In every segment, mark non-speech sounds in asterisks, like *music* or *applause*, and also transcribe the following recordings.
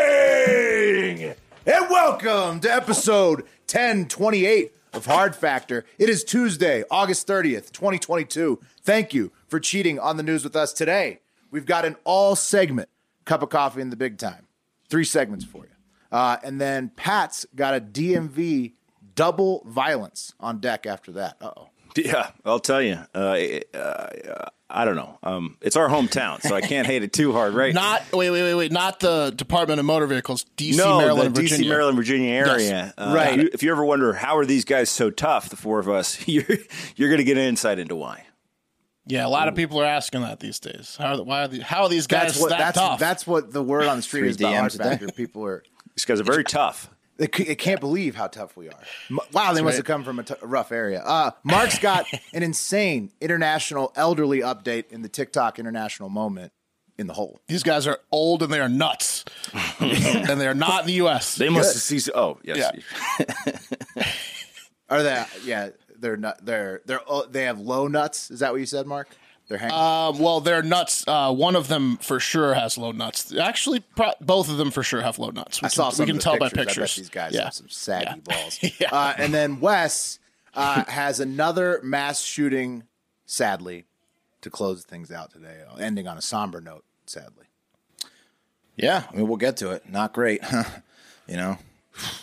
morning and welcome to episode 1028 of hard factor it is tuesday august 30th 2022 thank you for cheating on the news with us today we've got an all segment cup of coffee in the big time three segments for you uh, and then pat's got a dmv double violence on deck after that uh-oh Yeah, I'll tell you. Uh, it- uh, I don't know. Um, it's our hometown, so I can't hate it too hard, right? *laughs* Not wait, wait, wait, wait. Not the Department of Motor Vehicles, DC, no, Maryland, the Virginia. DC, Maryland, Virginia area. Yes. Uh, Right. If you, if you ever wonder how are these guys so tough, the four of us, *laughs* you're you're going to get an insight into why. Yeah, a lot of people are asking that these days. How are the, why are the, how are these guys that's what that that's, tough? that's what the word on the street Three is about hard DMs a day. factor people are These guys are very tough. They, c- they can't believe how tough we are. M- Wow, they must have come from a t- a rough area. Uh, Mark's *laughs* got an insane international elderly update in the TikTok international moment in the hole. these guys are old and they *laughs* are nuts, and they are not in the U.S. They must have seen. Oh, yes. Are they? uh, Yeah, they're not. They're they're oh, they have low nuts. Is that what you said, Mark? They're hanging. Um, well, they're nuts. Uh, one of them for sure has low nuts. Actually, pro- both of them for sure have low nuts. We I saw some. We can of the tell pictures. by I pictures. bet these guys Yeah. have some saggy balls. *laughs* Yeah. Uh, and then Wes uh, has another mass shooting, sadly, to close things out today, ending on a somber note. Sadly. Yeah, I mean, we'll get to it. *laughs* Not great, you know.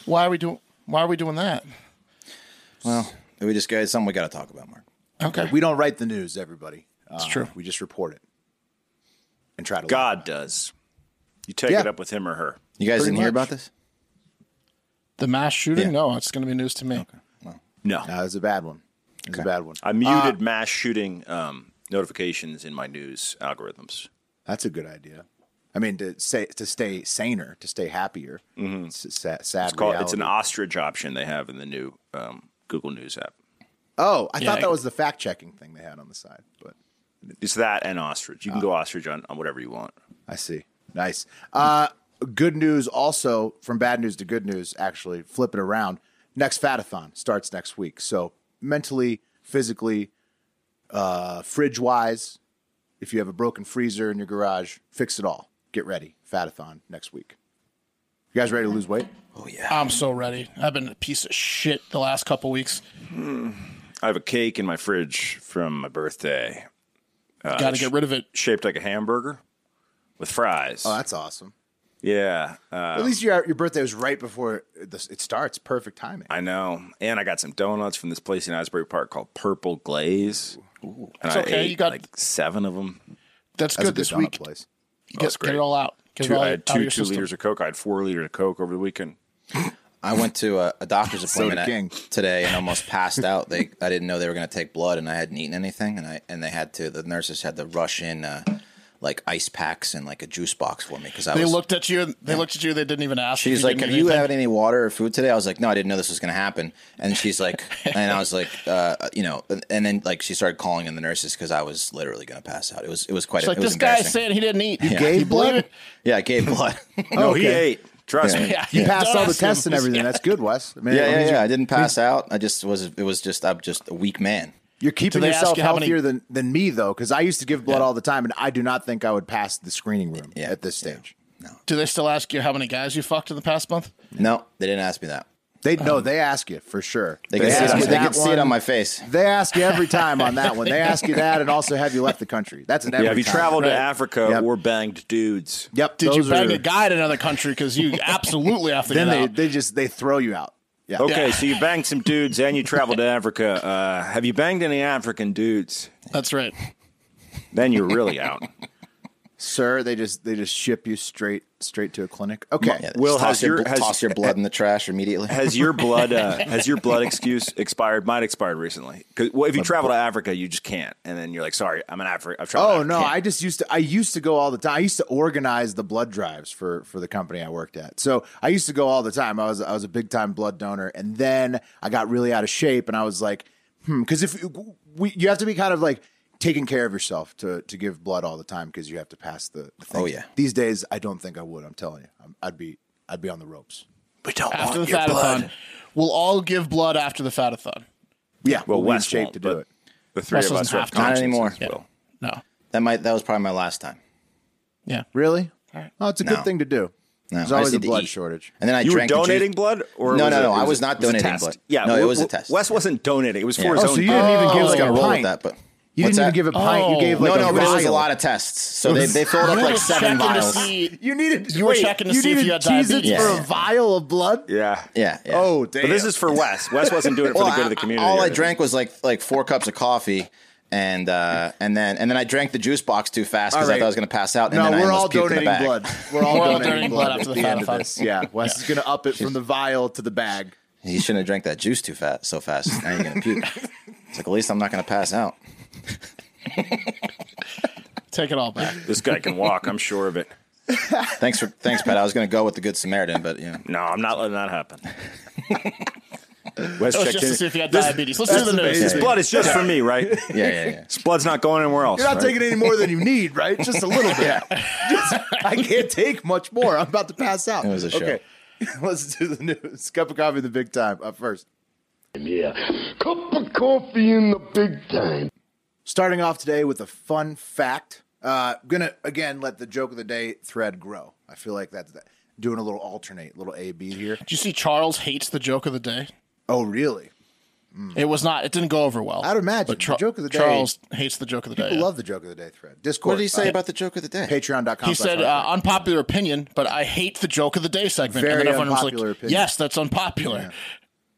Why are we doing? Why are we doing that? Well, we just got it's something we got to talk about, Mark. Okay. We don't write the news, everybody. That's true. We just report it and try to. God does. You take Yeah. it up with him or her. You guys Pretty didn't hear much. about this? the mass shooting? Yeah. No, it's going to be news to me. No, No, it was a bad one. It was a bad one. I muted mass shooting um, notifications in my news algorithms. That's a good idea. I mean, to say to stay saner, to stay happier. It's a sad, sad Mm-hmm. It's called. It's an reality. ostrich option they have in the new um, Google News app. oh, I Yeah, thought I- that was the fact checking thing they had on the side, but It's that and ostrich. You can go ostrich on, on whatever you want. I see. Nice. Uh, good news also from bad news to good news, actually, flip it around. Next Fatathon starts next week. So, mentally, physically, uh, fridge wise, if you have a broken freezer in your garage, fix it all. Get ready. Fatathon next week. You guys ready to lose weight? I'm so ready. I've been a piece of shit the last couple weeks. I have a cake in my fridge from my birthday, *laughs* Got to get rid of it. shaped like a hamburger with fries. Oh, that's awesome. yeah, uh, At least your, your birthday was right before this, it starts. Perfect timing. I know. And I got some donuts from this place in Asbury Park called Purple Glaze. Ooh. And It's I okay, ate you got- like seven of them. That's, That's good a this good donut week. place. Get, it's get great. it all out. Get it Two, all I out had of two two your system. liters of Coke. I had four liters of Coke over the weekend. I went to a, a *laughs* doctor's Soda appointment at- King. today and almost passed out. They, I didn't know they were going to take blood, and I hadn't eaten anything, and I and they had to. The nurses had to rush in, uh, like ice packs and like a juice box for me because I They was. looked at you. They looked at you. They didn't even ask. She's if like, didn't "Have eat you anything." had any water or food today?" I was like, "No, I didn't know this was going to happen." And *laughs* she's like, and I was like, uh, "You know," and then like she started calling in the nurses because I was literally going to pass out. It was it was quite. It's a, like it was this guy's embarrassing. saying he didn't eat. You gave believe blood? it? *laughs* Yeah, I gave blood. *laughs* No, he ate. Trust me. Yeah, You passed Don't all the ask him. tests and everything. That's good, Wes. I mean, yeah, it means yeah, you- yeah. I didn't pass out. I just was. It was just. I'm just a weak man. You're keeping they ask yourself you how many- healthier than, than me though, because I used to give blood all the time, and I do not think I would pass the screening room Yeah, at this stage. Do they still ask you how many guys you fucked in the past month? No, they didn't ask me that. They no, they ask you for sure. They could see it ask on, you they that could see it on one. my face. They ask you every time on that one. They ask you that, and also have you left the country? That's an every Yeah, if you time. traveled to Africa Yep. or banged dudes. Yep. Did those you bang are- a guy in another country? Because you absolutely have to Then get they out. they just they throw you out. Yeah. Okay, so you banged some dudes and you traveled to Africa. Uh, have you banged any African dudes? That's right. Then you're really out. sir. They just they just ship you straight straight to a clinic. Okay, Yeah, Will, just toss has your, your- bl- has- toss *laughs* your blood in the trash immediately. Has your blood uh, has your blood excuse expired? Mine expired recently. 'Cause, well, if you travel to Africa, you just can't, and then you're like, sorry, I'm in Africa. I've traveled. to Oh Africa. no, Can't. I just used to I used to go all the time. I used to organize the blood drives for for the company I worked at. So I used to go all the time. I was I was a big time blood donor, and then I got really out of shape, and I was like, hmm, because if we you have to be kind of like taking care of yourself to to give blood all the time because you have to pass the. the thing. Oh, yeah. These days, I don't think I would. I'm telling you, I'm, I'd be I'd be on the ropes. We don't after the want your fatathon. blood. We'll all give blood after the fatathon. Yeah, we'll Well, be in Wes shape won't, to do but it. The three Russ of us doesn't who have have to. Not consciences. anymore. Yeah. Will. No. that might that was probably my last time. Yeah. Really? Oh, it's a No. good thing to do. No, There's I just always a need to blood eat. shortage. And then I You were drank the juice- donating blood, or no, was no, it- no. it I a- was not it a donating test? blood. Yeah, no, it Will- was a Will- test. Wes wasn't donating; it was for Yeah. his Oh, own. so you didn't even I give was like gonna a roll with pint. that, but You What's didn't that? even give a pint. Oh. You gave like no, no, a but it was a vial. lot of tests. So they, they filled up You like were seven checking to vials. see- You needed You were checking to see if needed you had Cheez-Its diabetes. Yeah, for yeah. a vial of blood. Yeah, Yeah, yeah. Oh, damn. But this is for Wes. Wes wasn't doing it for the good of the I- I- community. all or I anything. drank was like like four cups of coffee, and uh, and then and then I drank the juice box too fast because I Alright. thought I was going to pass out. And no, then I we're all almost puked in donating the bag. *laughs* blood. We're all We're all donating blood after after the the end of fat this. fun. Yeah, Wes is gonna up it from the vial to the bag. He shouldn't have drank that juice too fast so fast. Now you're going to *laughs* puke. It's like at least I'm not going to pass out. Take it all back. This guy can walk. I'm sure of it. Thanks for thanks, Pat. I was going to go with the Good Samaritan, but you know. No, I'm not letting *laughs* that happen. Wes That was checked just in. to see if you had This- diabetes. Let's do the news. This blood is just for me, right? Yeah, yeah, yeah. This blood's not going anywhere else. You're not right? taking any more than you need, right? Just a little bit. Just- I can't take much more. I'm about to pass out. It was a show. Okay, *laughs* let's do the news. Cup of coffee, the big time up first. Yeah. Cup of coffee in the big time. Starting off today with a fun fact. Uh, gonna again let the joke of the day thread grow. I feel like that's that. doing a little alternate, little A B here. Did you see Charles hates the joke of the day? Oh, really? It was not. It didn't go over well. I'd imagine. Char- The joke of the day- Charles hates the joke of the day. I love the joke of the day thread. Discord. Uh, What did he say about the joke of the day? Patreon.com. He said uh, unpopular opinion, but I hate the joke of the day segment. Very and then everyone was like, unpopular opinion. "Yes, that's unpopular."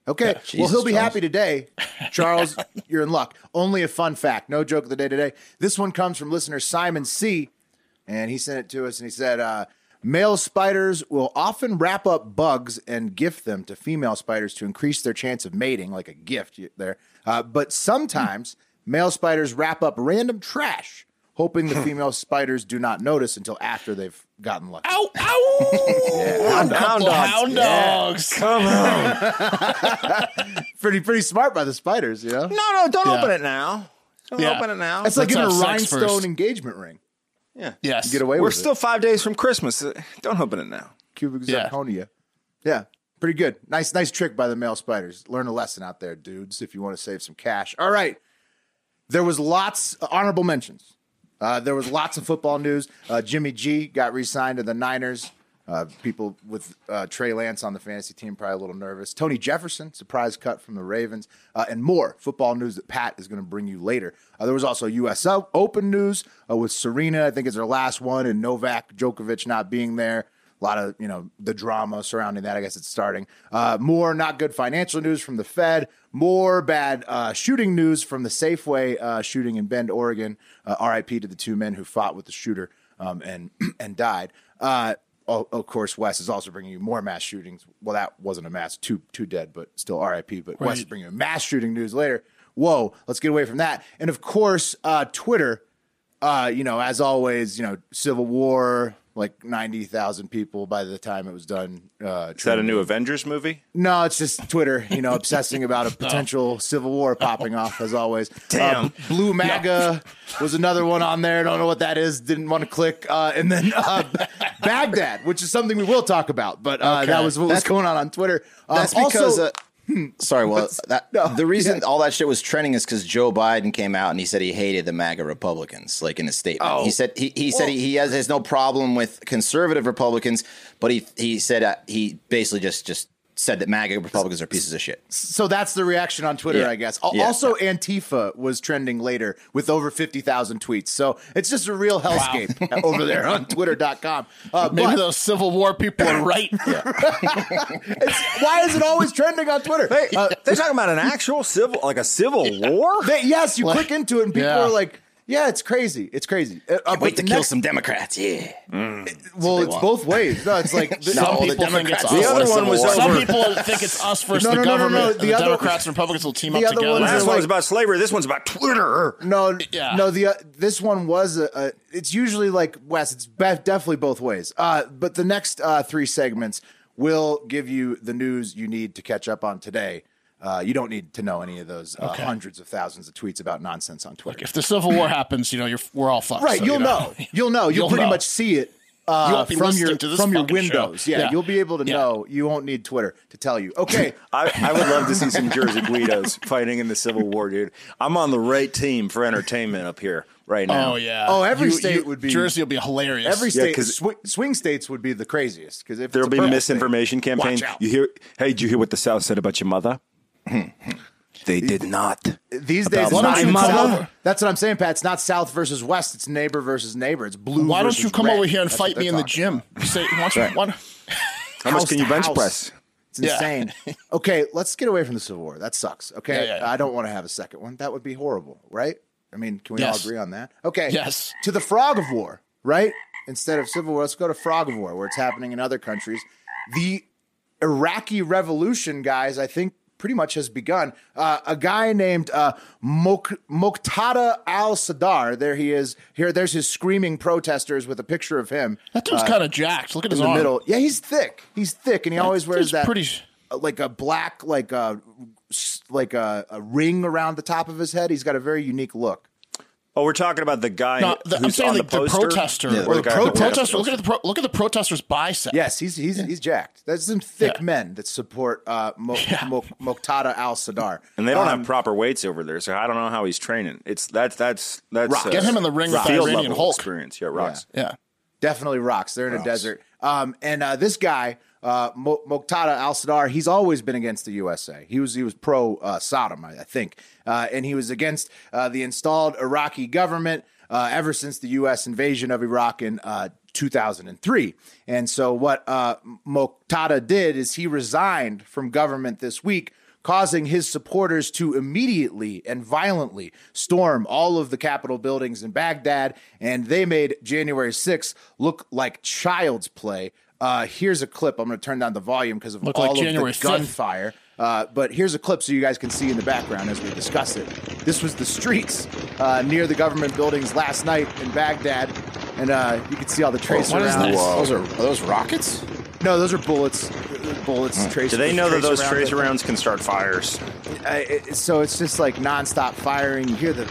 okay, well, Jesus, he'll be Charles. happy today. *laughs* Charles, you're in luck. Only a fun fact. No joke of the day today. This one comes from listener Simon C. And he sent it to us and he said, uh, Male spiders will often wrap up bugs and gift them to female spiders to increase their chance of mating, like a gift you- there. Uh, but sometimes male spiders wrap up random trash, hoping the *laughs* female spiders do not notice until after they've gotten lucky. Ow! *laughs* Ow! Hound Hound dogs. dogs. Hound dogs. Come on. Pretty, pretty smart by the spiders, you know? No, no, don't Yeah. open it now. Don't Yeah. open it now. It's like Let's getting a have sex rhinestone first. engagement ring. yeah. Yes. Get away We're with still five days from Christmas. Don't open it now. it. Cubic Yeah. zirconia. Yeah. Pretty good. Nice, nice trick by the male spiders. Learn a lesson out there, dudes, if you want to save some cash. All right. There was lots honorable mentions. Uh, there was lots of football news. Uh, Jimmy G got re-signed to the Niners. Uh, people with uh, Trey Lance on the fantasy team probably a little nervous. Tony Jefferson surprise cut from the Ravens, uh, and more football news that Pat is going to bring you later. Uh, there was also U.S. O- Open news uh, with Serena. I think it's her last one, and Novak Djokovic not being there. A lot of you know the drama surrounding that. I guess it's starting. Uh, more not good financial news from the Fed. More bad uh, shooting news from the Safeway uh, shooting in Bend, Oregon. Uh, R.I.P. to the two men who fought with the shooter um, and *clears throat* and died. Uh, o- of course, Wes is also bringing you more mass shootings. Well, that wasn't a mass, two two dead, but still R.I.P. But Wes is bringing you mass shooting news later. Whoa, let's get away from that. And of course, uh, Twitter uh, you know, as always, you know, Civil War, like 90,000 people by the time it was done. Uh, Is that a new Avengers movie? no, it's just Twitter, you know, obsessing about *laughs* Oh. a potential Civil War popping off, as always. Damn. Uh, Blue MAGA was another one on there. Don't know what that is. Didn't want to click. Uh, and then uh, Baghdad, which is something we will talk about, but uh, that was what was That's- going on on Twitter. Um, That's because. also- uh, Sorry, well, that, no, the reason all that shit was trending is because Joe Biden came out and he said he hated the MAGA Republicans, like in a statement. Oh. he said he, he said he, he has, has no problem with conservative Republicans, but he he said uh, he basically just just said that MAGA Republicans are pieces of shit. so that's the reaction on Twitter, Yeah. I guess. Al- Yeah. Also, Antifa was trending later with over 50,000 tweets. So it's just a real hellscape *laughs* over there on twitter.com. Uh, Maybe but those Civil War people are right. it's- why is it always trending on Twitter? uh, they're talking about an actual civil, like a civil war. They- yes, you click into it and people Yeah. are like, Yeah, it's crazy. It's crazy. Uh, uh, Wait but to kill next- some Democrats. Yeah. Well, they it's want. both ways. No, it's *laughs* like No, some the people- people think it's Democrats us. don't The other want a one was civil war. over- Some people think it's us versus No, the no, no, no, government. no, and The, the other- Democrats and Republicans will team the up other together. one's Last like- one was about slavery. This one's about Twitter. No, Yeah. no. The uh, this one was a, a. It's usually like Wes. It's be- definitely both ways. Uh, but the next uh, three segments will give you the news you need to catch up on today. Uh, you don't need to know any of those uh, hundreds of thousands of tweets about nonsense on Twitter. if the Civil War happens, you know, you're we're all fucked. right, so, you'll you know. You'll know. You'll, You'll pretty know. much see it. Uh, won't be from listening your to this from your fucking show. windows, yeah, Yeah. you'll be able to Yeah. know. You won't need Twitter to tell you. *laughs* Okay, I, I would love to see some Jersey Guidos fighting in the Civil War, dude. I'm on the right team for entertainment up here right now. *laughs* Oh yeah. Oh, every state would be- Jersey will be hilarious. every state, 'cause- sw- swing states would be the craziest because if it's There'll a be purple state- misinformation campaign. Watch out. You hear? Hey, did you hear what the South said about your mother? they did not. These days, it's About not my even mother. South. That's what I'm saying, Pat. It's not South versus West. It's neighbor versus neighbor. It's blue. Why don't versus you come red. over here and That's fight what me they're in the talking gym? Say, why don't you- why don't- How much house can to you bench house. press? It's *laughs* insane. okay, let's get away from the Civil War. That sucks. Okay, Yeah, yeah, yeah. I don't want to have a second one. That would be horrible, right? I mean, can we Yes. all agree on that? Okay. Yes. To the Frog of War, right? Instead of Civil War, let's go to Frog of War, where it's happening in other countries. The Iraqi Revolution, guys, I think pretty much has begun. Uh, a guy named uh, Mok- Moqtada al Sadar. There he is. Here, there's his screaming protesters with a picture of him That dude's kind of jacked. Look at his in the arm. middle. Yeah, he's thick. He's thick, and he always wears dude's that pretty- uh, like a black like a s- like a, a ring around the top of his head. He's got a very unique look. Oh, we're talking about the guy Not the, eh, who's I'm saying on the, the, the poster? protester Yeah, or the guy with protester. poster. Look at the pro, look at the protester's bicep. Yes, he's he's he's jacked. There's some thick Yeah. men that support uh, Mo- *laughs* Yeah. Mo- Moqtada al Sadar. And they don't Um, have proper weights over there, so I don't know how he's training. It's that's that's that's Rock. uh, Get him in the ring with field Iranian level Hulk. experience. Yeah, rocks. Yeah. definitely rocks. They're in a desert. Um, and uh, this guy, uh, Mo- Moqtada Al Sadar, he's always been against the USA. He was he was pro uh, Sodom, I, I think, uh, and he was against uh, the installed Iraqi government uh, ever since the U.S. invasion of Iraq in uh, 2003. And so what uh, Moqtada did is he resigned from government this week causing his supporters to immediately and violently storm all of the Capitol buildings in Baghdad, and they made January 6th look like child's play. Uh, here's a clip. I'm going to turn down the volume because of Look all like of January the 5th. gunfire. Uh, but here's a clip so you guys can see in the background as we discuss it. This was the streets uh, near the government buildings last night in Baghdad, and uh, you can see all the tracer what is rounds. this? Those are, are those rockets? No, those are bullets. Bullets. Tracer. Hmm. Do they know that those rounds, I tracer think. rounds can start fires? I, it, so it's just like nonstop firing. You hear the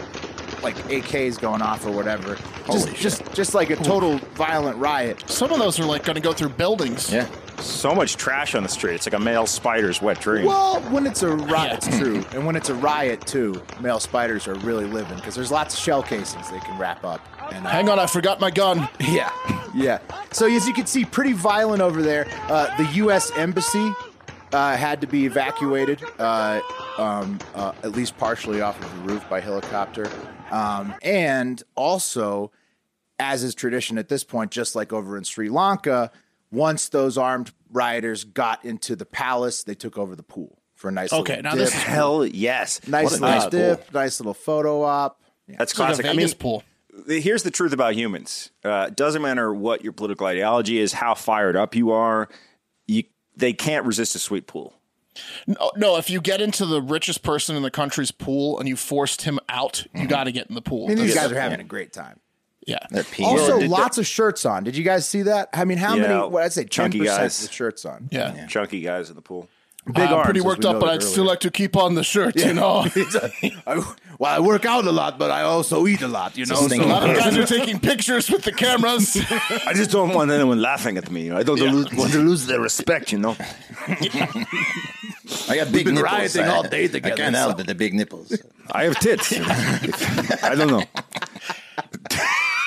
like AKs going off or whatever. Just, Holy just, just like a total violent riot. Some of those are like going to go through buildings. Yeah. So much trash on the street. It's like a male spider's wet dream. Well, when it's a riot, Yeah. it's true. And when it's a riot too, male spiders are really living because there's lots of shell casings they can wrap up. And, uh, Hang on, I forgot my gun. Yeah, yeah. So as you can see, pretty violent over there. Uh, the U.S. embassy uh, had to be evacuated, uh, um, uh, at least partially off of the roof by helicopter, um, and also, as is tradition at this point, just like over in Sri Lanka, once those armed rioters got into the palace, they took over the pool for a nice. Okay, little now dip. this is Hell yes. nice What a little dip, nice little photo op. That's It's like a classic. I Vegas mean, pool. the- here's the truth about humans. Uh, it doesn't matter what your political ideology is, how fired up you are, you they can't resist a sweet pool. No, no, if you get into the richest person in the country's pool and you forced him out, you got to get in the pool. I mean, these That's- guys are having a great time. yeah. They're peeing. Also, did lots of shirts on. Did you guys see that? I mean, how Yeah, many? What I'd say, ten chunky percent guys. with shirts on. *laughs* Yeah. Chunky guys in the pool. big I'm arms, pretty as worked we up, but I'd noted still earlier. like to keep on the shirt, *laughs* you know? I, well, I work out a lot, but I also eat a lot. You know, It's a so thing. A lot of guys are taking pictures with *laughs* the cameras. I just don't want anyone laughing at me. I don't lose, want to lose their respect, you know. I got We've big been nipples. rioting I- all day together, *laughs* I can't help it. The *laughs* big nipples. I have *laughs* tits. I don't know.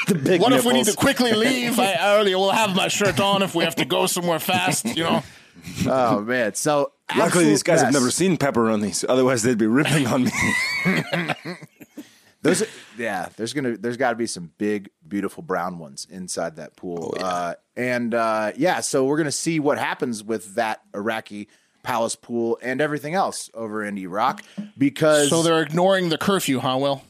the big what if we need nipples. to quickly leave? I, I already will have my shirt on if we have to go somewhere fast, you *laughs* know? oh man, so Luckily, absolute these guys have mess. never seen pepperonis. Otherwise, they'd be ripping on *laughs* me. Those, *laughs* yeah, there's gonna there's got to be some big, beautiful brown ones inside that pool. uh, and uh, yeah, so we're gonna see what happens with that Iraqi palace pool and everything else over in Iraq because So they're ignoring the curfew, huh, Will?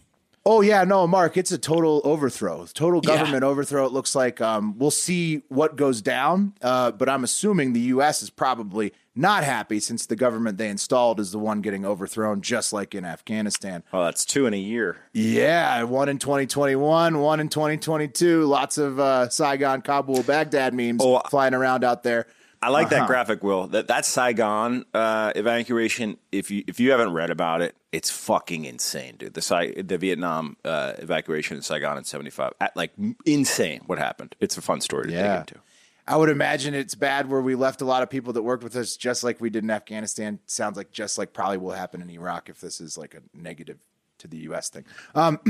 Oh yeah, no, Mark, it's a total overthrow, total government overthrow. It looks like um, we'll see what goes down, uh, but I'm assuming the U.S. is probably not happy since the government they installed is the one getting overthrown, just like in Afghanistan. Oh, that's two in a year. Yeah, one in 2021, one in 2022. Lots of uh, Saigon, Kabul, Baghdad memes Oh, I- flying around out there. I like that graphic, Will. That that Saigon uh, evacuation. If you if you haven't read about it, it's fucking insane, dude. The Sai- the Vietnam uh, evacuation in Saigon in '75, like m- insane. What happened? It's a fun story to Yeah. dig into. I would imagine it's bad where we left a lot of people that worked with us, just like we did in Afghanistan. Sounds like just like probably will happen in Iraq if this is like a negative to the U.S. thing. Um,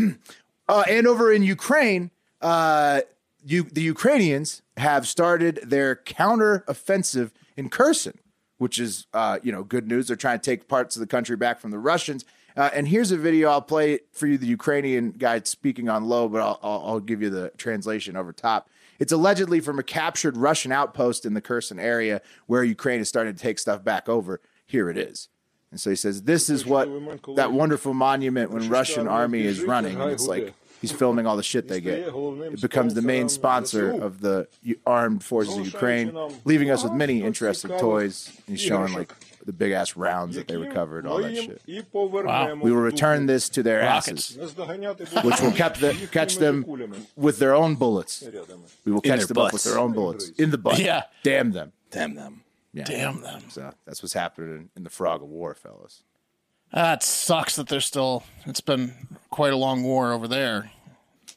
uh, and over in Ukraine, uh, you, the Ukrainians have started their counter offensive in Kherson, which is uh, you know good news. They're trying to take parts of the country back from the Russians. Uh, and here's a video I'll play for you. The Ukrainian guy speaking on low, but I'll, I'll, I'll give you the translation over top. It's allegedly from a captured Russian outpost in the Kherson area where Ukraine is starting to take stuff back over. Here it is. And so he says, This is what that wonderful monument when Russian army is running. And it's like he's filming all the shit they get. It becomes the main sponsor of the U- armed forces of Ukraine, leaving us with many interesting toys. He's showing like the big ass rounds that they recovered, all that shit. We will return this to their asses, which will cap the, catch them with their own bullets. We will catch their them up with butts. their own bullets in the butt. Yeah. Damn them. Damn them. Yeah. Damn them. So that's what's happening in the Frog of War, fellas. Ah, it sucks that there's still. It's been quite a long war over there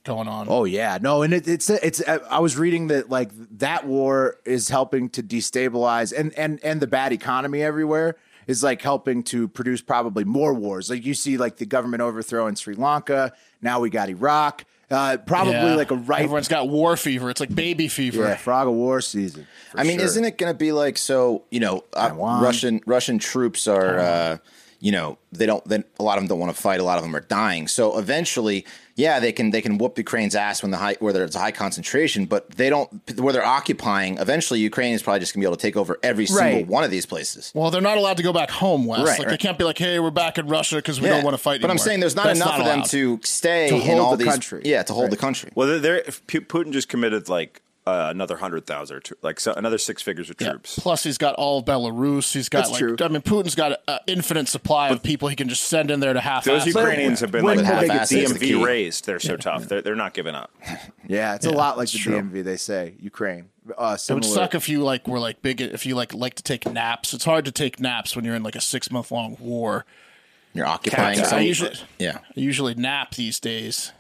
going on. Oh yeah, no, and it, it's it's. uh, I was reading that like that war is helping to destabilize and and and the bad economy everywhere is like helping to produce probably more wars. Like you see, like the government overthrow in Sri Lanka. Now we got Iraq. Uh, probably Yeah. like a right. Everyone's got war fever. It's like baby fever. Yeah, frog of war season. I mean, isn't it going to be like so? You know, uh, Taiwan. Russian Russian troops are, uh, you know, they don't. Then a lot of them don't want to fight. A lot of them are dying. So eventually, yeah, they can they can whoop Ukraine's ass when the high where there's a high concentration, but they don't where they're occupying. Eventually, Ukraine is probably just going to be able to take over every single Right. one of these places. Well, they're not allowed to go back home, Wes. Right, like they right. can't be like, "Hey, we're back in Russia because we Yeah. don't want to fight." But I'm anymore." saying there's not That's enough of them allowed. to stay To in hold all the these country. Yeah, to hold the country. Well, they're, they're, if Pu- Putin just committed like uh, another hundred thousand, or two, like so, another six figures of Yeah. troops. Plus, he's got all of Belarus. He's got That's like, true. I mean, Putin's got an infinite supply of people he can just send in there to half. Those ass Ukrainians have been When like will they get DMV the key? raised. They're so tough. They're, they're not giving up. Yeah, it's a lot like the DMV. They say Ukraine. Uh, It would similar- suck if you like were like big. If you like like to take naps, it's hard to take naps when you're in like a six month long war. You're occupying. So I some- usually, yeah. I usually nap these days.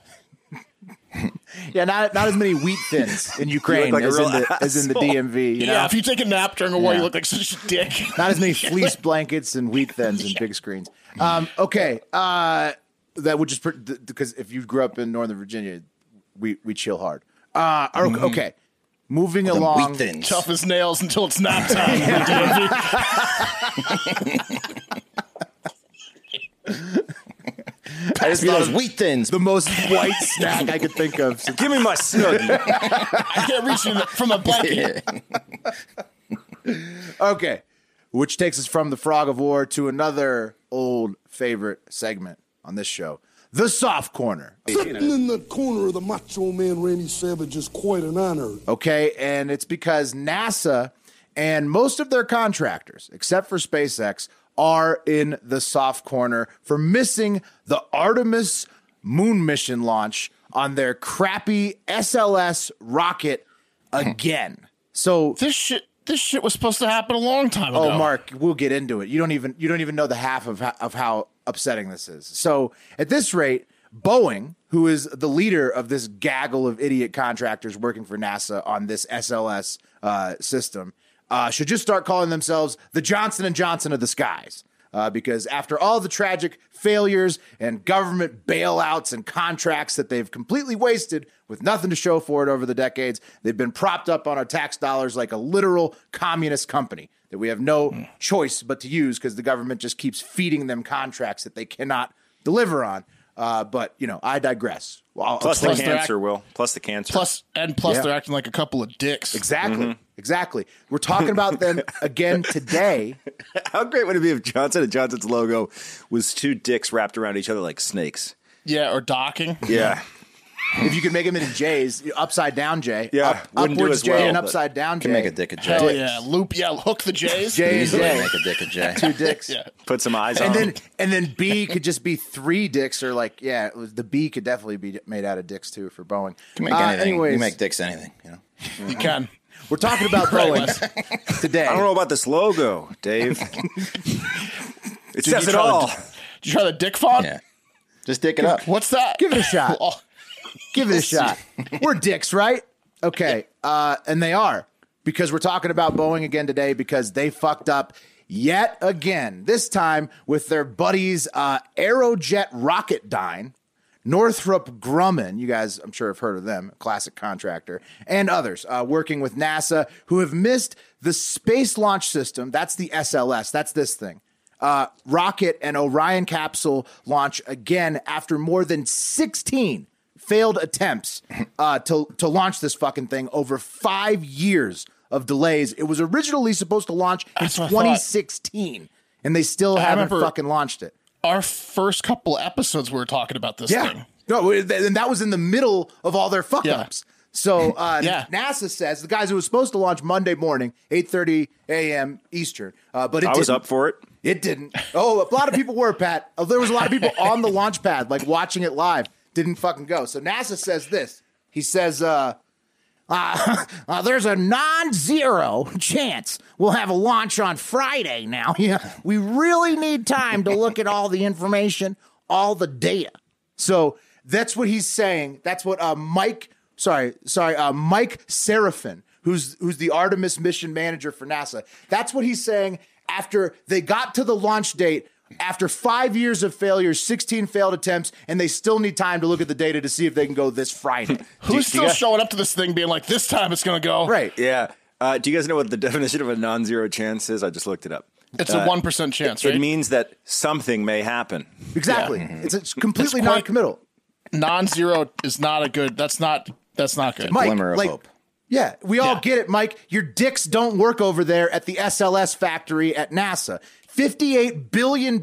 Yeah, not not as many wheat thins in Ukraine like a as, in real the, as in the asshole. DMV. You know? yeah, if you take a nap during a war, Yeah. you look like such a dick. *laughs* not *laughs* as many fleece blankets and wheat thins and big screens. Um, okay, uh, that would just because if you grew up in Northern Virginia, we we chill hard. Uh, okay, okay. moving Some along. Mm-hmm. wheat thins. Tough as nails until it's nap time. I just thought of wheat thins. *laughs* The most white snack I could think of. since- Give me my snuggie. I can't reach you from a *laughs* blanket. Okay, which takes us from the Frog of War to another old favorite segment on this show, the Soft Corner. Sitting in the corner of the macho man Randy Savage is quite an honor. Okay. And it's because NASA and most of their contractors, except for SpaceX, are in the soft corner for missing the Artemis moon mission launch on their crappy SLS rocket again. So. This shit. This shit was supposed to happen a long time ago. Oh, Mark, we'll get into it. You don't even you don't even know the half of how, of how upsetting this is. So at this rate, Boeing, who is the leader of this gaggle of idiot contractors working for NASA on this SLS uh, system, uh, should just start calling themselves the Johnson and Johnson of the skies. Uh, because after all the tragic failures and government bailouts and contracts that they've completely wasted with nothing to show for it over the decades, they've been propped up on our tax dollars like a literal communist company that we have no Hmm. choice but to use because the government just keeps feeding them contracts that they cannot deliver on. Uh, but, you know, I digress. Well, I'll Plus the Plus they're act- cancer, Will. Plus the cancer. *laughs* Plus, and plus, Yeah. they're acting like a couple of dicks. Exactly. Mm-hmm. Exactly. We're talking about *laughs* them again today. How great would it be if Johnson and Johnson's logo was two dicks wrapped around each other like snakes? Yeah, or docking. Yeah. If you could make them into J's, upside down J. Yeah, Up, wouldn't do upwards as J well, and but- upside down J. Can make a dick of Jay. Hell yeah. Loop, yeah, hook the J's. J and Easily J. make a dick of Jay. Two *laughs* dicks. Yeah. Put some eyes And on then it. and then *laughs* B could just be three dicks or like yeah it was, the B could definitely be made out of dicks too for Boeing. You make Uh, anything. anyways, you make dicks anything. You know. You can. we're talking *laughs* about Right, Boeing Wes. today. I don't know about this logo, Dave. it Did says you it try the- all. Did you try the dick font? Yeah. Just dick it up. What's that? Give it a *laughs* shot. Oh, Give it a shot. We're dicks, right? Okay. Uh, and they are because we're talking about Boeing again today because they fucked up yet again, this time with their buddies uh, Aerojet Rocketdyne, Northrop Grumman. You guys, I'm sure, have heard of them, classic contractor, and others uh, working with NASA who have missed the Space Launch System. That's the SLS, that's this thing uh, rocket and Orion capsule launch again after more than 16 failed attempts uh, to, to launch this fucking thing over five years of delays. It was originally supposed to launch in That's what I thought. 2016, and they still haven't remember- fucking launched it. our first couple episodes we were talking about this thing. No, it- th- and that was in the middle of all their fuck Yeah. ups. So uh, *laughs* Yeah. NASA says the guys it was supposed to launch Monday morning, 8.30 a.m. Eastern, uh, but it I was didn't. up for it. It didn't. Oh, a lot of people were, Pat. Oh, There was a lot of people on the launch pad, like watching it live. Didn't fucking go. So NASA says this. He says, uh, uh, *laughs* uh, there's a non zero chance we'll have a launch on Friday now. *laughs* Yeah. We really need time to look at all the information, all the data. So that's what he's saying. That's what uh, Mike, sorry, sorry, uh, Mike Seraphin, who's who's the Artemis mission manager for NASA. That's what he's saying after they got to the launch date. After five years of failures, 16 failed attempts, and they still need time to look at the data to see if they can go this Friday. *laughs* Who's still guys- showing up to this thing being like, this time it's going to go? right. Yeah. Uh, do you guys know what the *laughs* definition of a non-zero chance is? I just looked it up. It's Uh, a 1% chance, It right? means that something may happen. Exactly. It's, it's completely quite- non-committal. Non-zero is not a good, that's not, that's not good. Mike, glimmer of like, hope. Yeah, we all Yeah. get it, Mike. Your dicks don't work over there at the SLS factory at NASA. $58 billion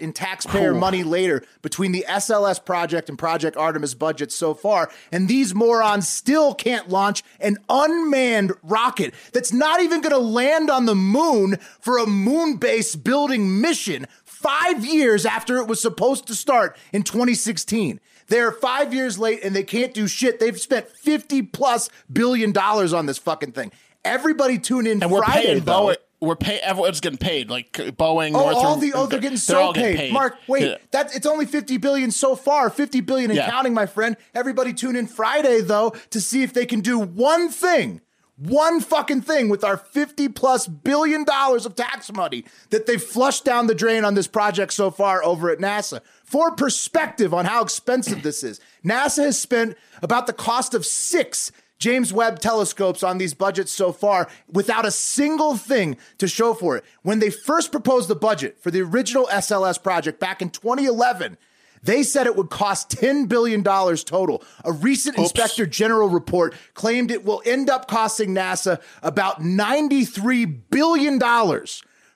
in taxpayer money later between the SLS project and Project Artemis budgets so far. And these morons still can't launch an unmanned rocket that's not even going to land on the moon for a moon base building mission five years after it was supposed to start in 2016. They're five years late and they can't do shit. They've spent 50 plus billion dollars on this fucking thing. Everybody tune in And we're Friday, paying though. Boeing. We're paying. Everyone's getting paid. Like Boeing. Oh, Northrop, all the oh, they're getting so all paid. Mark, wait, Yeah. that's it's only fifty billion so far, fifty billion and Yeah. counting, my friend. Everybody tune in Friday though to see if they can do one thing, one fucking thing with our fifty plus billion dollars of tax money that they've flushed down the drain on this project so far over at NASA. For perspective on how expensive this is, NASA has spent about the cost of six James Webb telescopes on these budgets so far without a single thing to show for it. When they first proposed the budget for the original SLS project back in 2011, they said it would cost $10 billion total. A recent inspector general report claimed it will end up costing NASA about $93 billion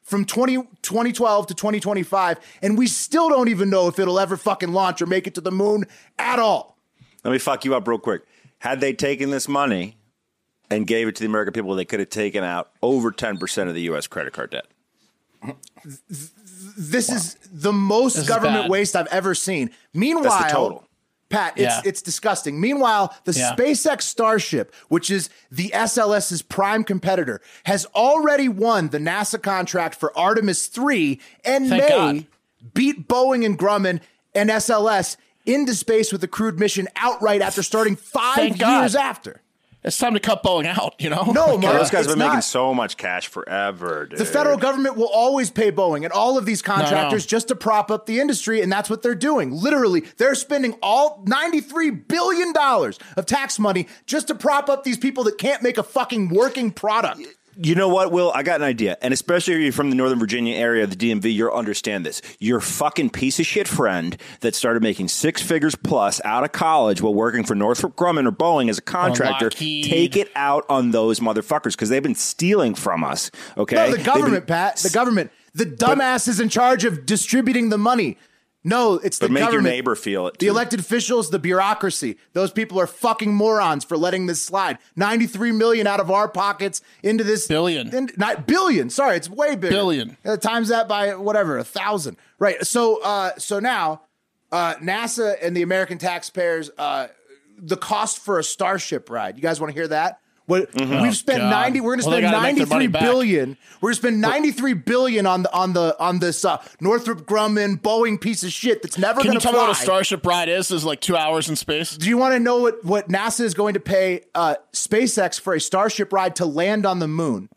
from 20, 2012 to 2025. And we still don't even know if it'll ever fucking launch or make it to the moon at all. Let me fuck you up real quick. Had they taken this money and gave it to the American people, they could have taken out over 10% of the U.S. credit card debt. this is the most This is government bad. waste I've ever seen. Meanwhile, total. Pat, it's Yeah. it's disgusting. Meanwhile, the Yeah. SpaceX Starship, which is the SLS's prime competitor, has already won the NASA contract for Artemis 3 and Thank may God. beat Boeing and Grumman and SLS into space with a crewed mission outright after starting 5 Thank God. years after. It's time to cut Boeing out. You know. No, Like, Mark. Those guys it's have been making not- so much cash forever, dude. The federal government will always pay Boeing and all of these contractors No, no. just to prop up the industry, and that's what they're doing. Literally, they're spending all $93 billion of tax money just to prop up these people that can't make a fucking working product. You know what, Will? I got an idea. And especially if you're from the Northern Virginia area of the DMV, you'll understand this. Your fucking piece of shit friend that started making six figures plus out of college while working for Northrop Grumman or Boeing as a contractor, Lockheed. take it out on those motherfuckers because they've been stealing from us. Okay. No, the They've government, been- Pat, the government. The dumbass is in charge of distributing the money. No, it's But the make your government. neighbor feel it, The too. elected officials, the bureaucracy. Those people are fucking morons for letting this slide. Ninety-three million out of our pockets into this Billion. in- not billion. Sorry, it's way bigger. Billion. Uh, times that by whatever a thousand. Right. So, uh, so now uh, NASA and the American taxpayers, uh, the cost for a Starship ride. You guys want to hear that? What we've spent Mm-hmm. Oh, God. ninety. We're gonna Well, they spend gotta make their ninety-three money back. billion. We're gonna spend ninety-three billion on the on the on this uh, Northrop Grumman Boeing piece of shit that's never Can gonna you tell me fly. what a Starship ride is? Is like two hours in space. Do you want to know what, what NASA is going to pay uh, SpaceX for a Starship ride to land on the moon?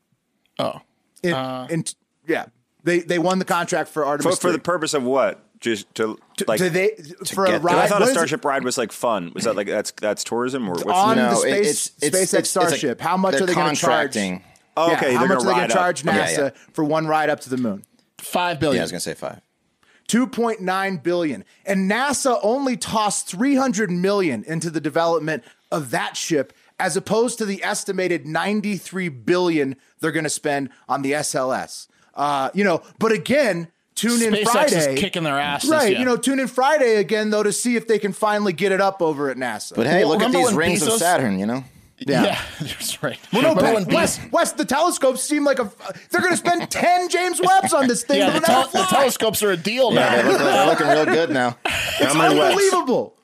Oh, In, in- yeah, they they won the contract for For, Artemis. for the III. purpose of what? Just to like. do they for a get there. ride? I thought what a is it? Starship ride was like fun. Was that like that's that's tourism or what's on the, the No, it- space, it's- it's- SpaceX it's- it's like Starship. how much they're are they going to charge? contracting. Oh, okay, how they're much are gonna they going ride to up. charge yeah. NASA for one ride up to the moon? five Yeah, billion. I was gonna say five. 2.9 billion and nasa only tossed 300 million into the development of that ship as opposed to the estimated 93 billion they're going to spend on the sls uh, you know but again tune in SpaceX friday is kicking their asses. right yeah. you know tune in friday again though to see if they can finally get it up over at nasa But hey, Well, look at remember these when rings of Bezos- Saturn. You know, *laughs* yeah, that's right. Oh, no, Remember Pat, when Wes, Bezos- Wes, the telescopes seem like a. They're going to spend 10 James Webbs on this thing. yeah, the, They'll never tel- the fly. telescopes are a deal yeah, now. they're, looking, they're looking real *laughs* good now. it's unbelievable.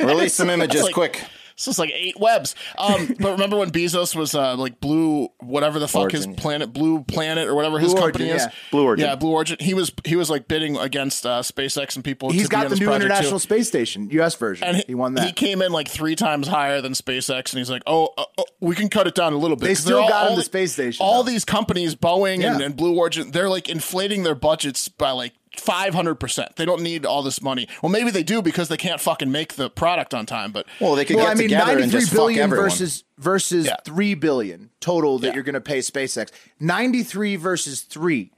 *laughs* Release some images like- quick. This is like eight webs. *laughs* Um, but remember when Bezos was uh, like Blue, whatever the fuck Origin, his yeah. planet, Blue Planet or whatever his Blue company Origin, is, yeah. Blue Origin. yeah, Blue Origin. He was he was like bidding against uh, SpaceX and people. He's to be got on the this new project, too. International Space Station, US version. And he, won that. He came in like three times higher than SpaceX, and he's like, "Oh, uh, oh, we can cut it down a little bit." They 'Cause they're still got him the the- space station, All though. these companies, Boeing and, Yeah. and Blue Origin, they're like inflating their budgets by like five hundred percent. They don't need all this money. Well, maybe they do because they can't fucking make the product on time. But Well, they could well, get I mean, together and ninety-three just fuck billion everyone. versus versus Yeah. three billion total that Yeah. you're going to pay SpaceX. Ninety-three versus three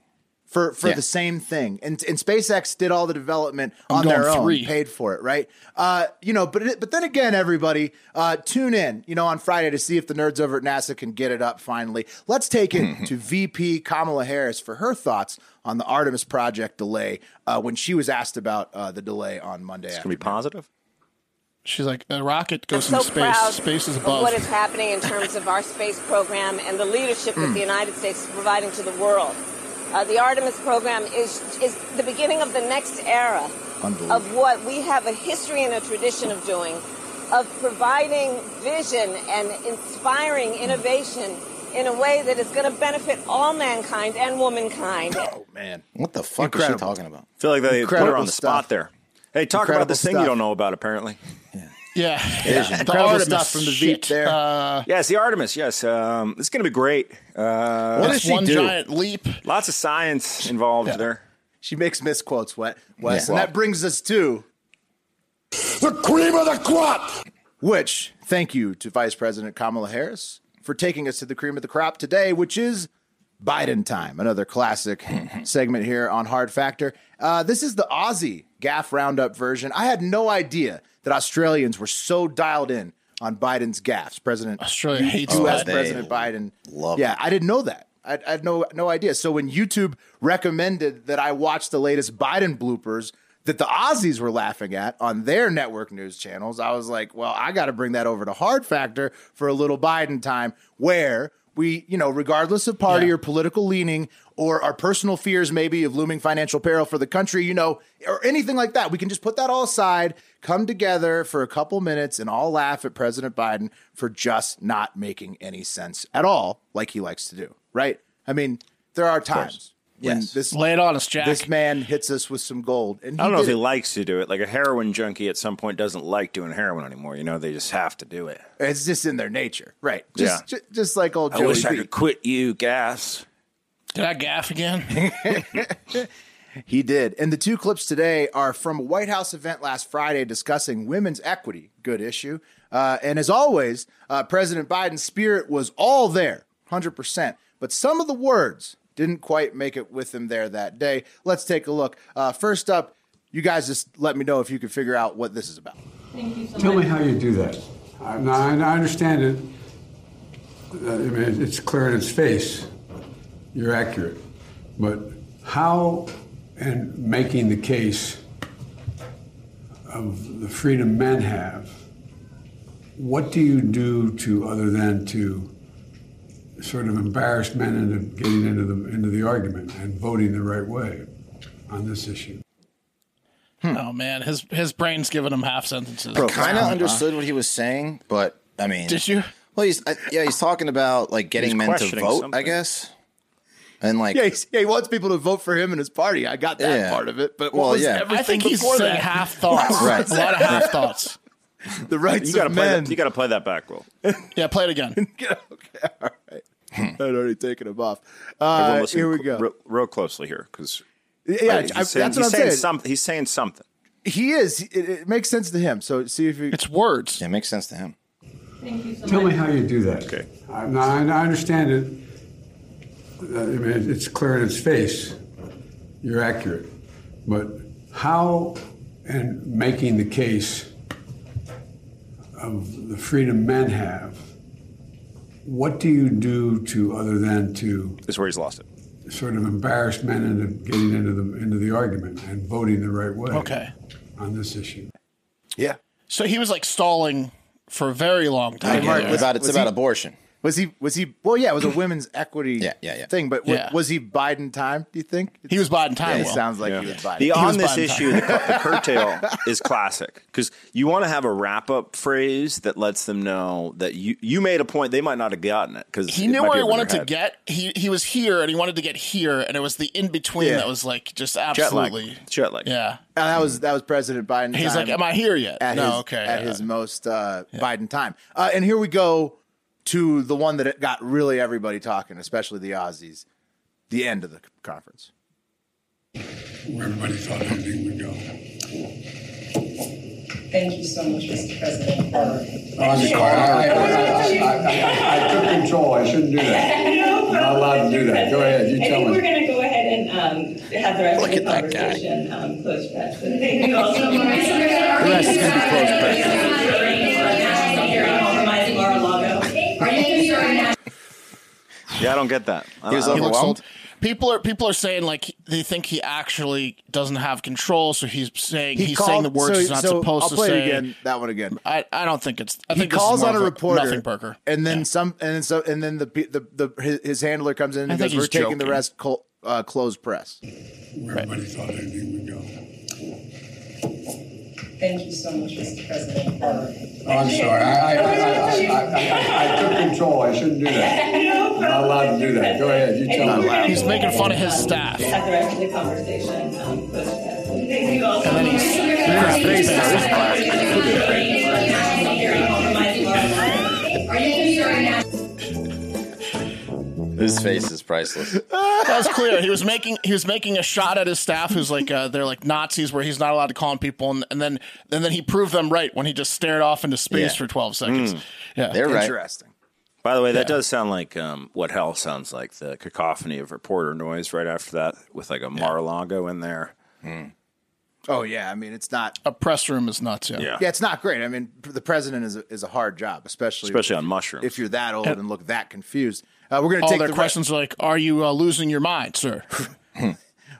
for for Yeah. the same thing, and and SpaceX did all the development on going their own, three. paid for it, right? Uh, you know, but it, but then again, everybody, uh, tune in, you know, on Friday to see if the nerds over at NASA can get it up finally. Let's take it to VP Kamala Harris for her thoughts on the Artemis project delay uh, when she was asked about uh, the delay on Monday. Can we afternoon. be positive? she's like, "The rocket I'm goes so into space. proud Space is of above." what is happening in terms of our space program and the leadership Hmm. that the United States is providing to the world. Uh, the Artemis program is is the beginning of the next era of what we have a history and a tradition of doing, of providing vision and inspiring innovation in a way that is going to benefit all mankind and womankind. Oh man. What the fuck Incredible. is she talking about? I feel like they put her Incredible on the stuff. spot there. Hey, talk Incredible about this thing stuff. you don't know about, apparently. yeah, the Incredible Artemis stuff from the shit. Veep there. Yes, the Artemis. Yes, um, it's going to be great. Uh, What does she one do? giant leap? lots of science involved there. She makes misquotes, Wet Wes, Yeah. and that brings us to The cream of the crop! which. Thank you to Vice President Kamala Harris for taking us to the cream of the crop today, which is Biden time. Another *laughs* classic segment here on Hard Factor. Uh, this is the Aussie Gaff Roundup version. I had no idea that Australians were so dialed in on Biden's gaffes. President Australia hates U.S. Biden. President Biden. love yeah, it. I didn't know that. I, I had no no idea. So when YouTube recommended that I watch the latest Biden bloopers that the Aussies were laughing at on their network news channels, I was like, well, I got to bring that over to Hard Factor for a little Biden time where we, you know, regardless of party Yeah. or political leaning or our personal fears maybe of looming financial peril for the country, you know, or anything like that. We can just put that all aside, come together for a couple minutes and all laugh at President Biden for just not making any sense at all, like he likes to do, right? I mean, there are times when Yes. this Lay it on us, Jack. this man hits us with some gold. And I don't know if did he it. likes to do it. Like a heroin junkie at some point doesn't like doing heroin anymore. You know, they just have to do it. it's just in their nature, right? Just Yeah. ju- just like old I Joey wish I B. could quit you, gas. Did I gaff again? *laughs* He did. And the two clips today are from a White House event last Friday discussing women's equity. Good issue. Uh, and as always, uh, President Biden's spirit was all there, 100%. But some of the words didn't quite make it with him there that day. Let's take a look. Uh, first up, you guys just let me know if you can figure out what this is about. Tell me how you do that. I, now, I, I understand it. Uh, I mean, it's clear in its face. You're accurate. But how, and making the case of the freedom men have, what do you do to other than to sort of embarrass men into getting into the into the argument and voting the right way on this issue? Oh man, his his brain's giving him half sentences. kind of understood what he was saying, but I mean, Did you? Well, he's I, yeah, he's talking about like getting He's men to questioning vote, I something. guess, and *laughs* like Yeah, he's, yeah, he wants people to vote for him and his party. I got that Yeah. part of it, but what Well, was yeah. everything I think he's before saying that? half thoughts. Right. A lot of half thoughts. *laughs* the rights You gotta of play men. that. You gotta play that back, Will. Yeah, play *laughs* it again. okay, all right. I'd already taken him off. Everyone Uh, listen here we cl- go. Real, real closely here, because yeah, he's, I, saying, that's what he's I'm saying saying. something. He's saying something. he is. It, it makes sense to him. So see if you. It's words. it makes sense to him. Tell me how you do that. Okay. I, no, I, I understand it. Uh, I mean, it's clear in its face. You're accurate. But how, and making the case of the freedom men have, what do you do to other than to Is where he's lost it. sort of embarrass men into getting into the into the argument and voting the right way Okay. on this issue? yeah. So he was like stalling for a very long time. Again, Mark, it's was- about it's was about he- abortion. Was he? Was he? Well, yeah. It was a women's equity. Yeah, yeah, yeah. Thing, but wa- Yeah. was he Biden time? Do you think? He was biding time. It Will. sounds like he was Biden. The was on this buying time. issue, the, cur- *laughs* the curtail is classic because you want to have a wrap up phrase that lets them know that you you made a point. They might not have gotten it because he knew where he wanted to get. He he was here and he wanted to get here, and it was the in between Yeah. that was like just Jet lag. absolutely. Jet lag. Yeah. And that was that was President Biden. He's time like, "Am I here yet?" At No, his, okay, At yeah. his most uh, Biden time. Uh, and here we go to the one that it got really everybody talking, especially the Aussies. The end of the conference. Where everybody thought everything would go. Thank you so much, Mr. President. I, was quiet. I, I, I, I, I took control. I shouldn't do that. You're not allowed to do that. Go ahead, you I tell think me. we're going to go ahead and um, have the rest Look of at the that guy. conversation um, closed press. And thank you all so much. The rest is gonna be closed Are you concerned now? Yeah, I don't get that. I He was Uh, don't- He looks overwhelmed. old. People are people are saying like he- they think he actually doesn't have control, so he's saying he's saying the words so- he's not so supposed I'll to play say. it again. That one again. I, I don't think it's. I He think this is calls more on a of reporter, nothing burger, and then some, and then so, and then the pe- the, the his, his handler comes in and I think goes, "We're he's taking the joking. rest col- uh, closed press." Where everybody thought everything would go. Thank you so much, Mr. President. Oh, I'm sorry. I, I, I, I, I, I took control. I shouldn't *laughs* do that. You're Not allowed to do that. Go ahead, you tell me. He's making fun of his staff. Have the rest of the conversation um, closed press. And thank you all so and much. then he's crap face down his class. Are you concerned now? His face is *laughs* priceless. That was clear. He was making he was making a shot at his staff, who's like uh, they're like Nazis, where he's not allowed to call on people, and, and then and then he proved them right when he just stared off into space Yeah. for twelve seconds. Yeah, They're right. Interesting. By the way, that does sound like um, what hell sounds like the cacophony of reporter noise right after that with like a Mar-a-Lago in there. Oh yeah, I mean it's not. a press room is nuts. Yeah, Yeah. Yeah, it's not great. I mean, p- the president is a, is a hard job, especially Especially on mushrooms. if you're that old and look that confused. Uh, we're gonna all take their the re- questions are like, "Are you uh, losing your mind, sir?"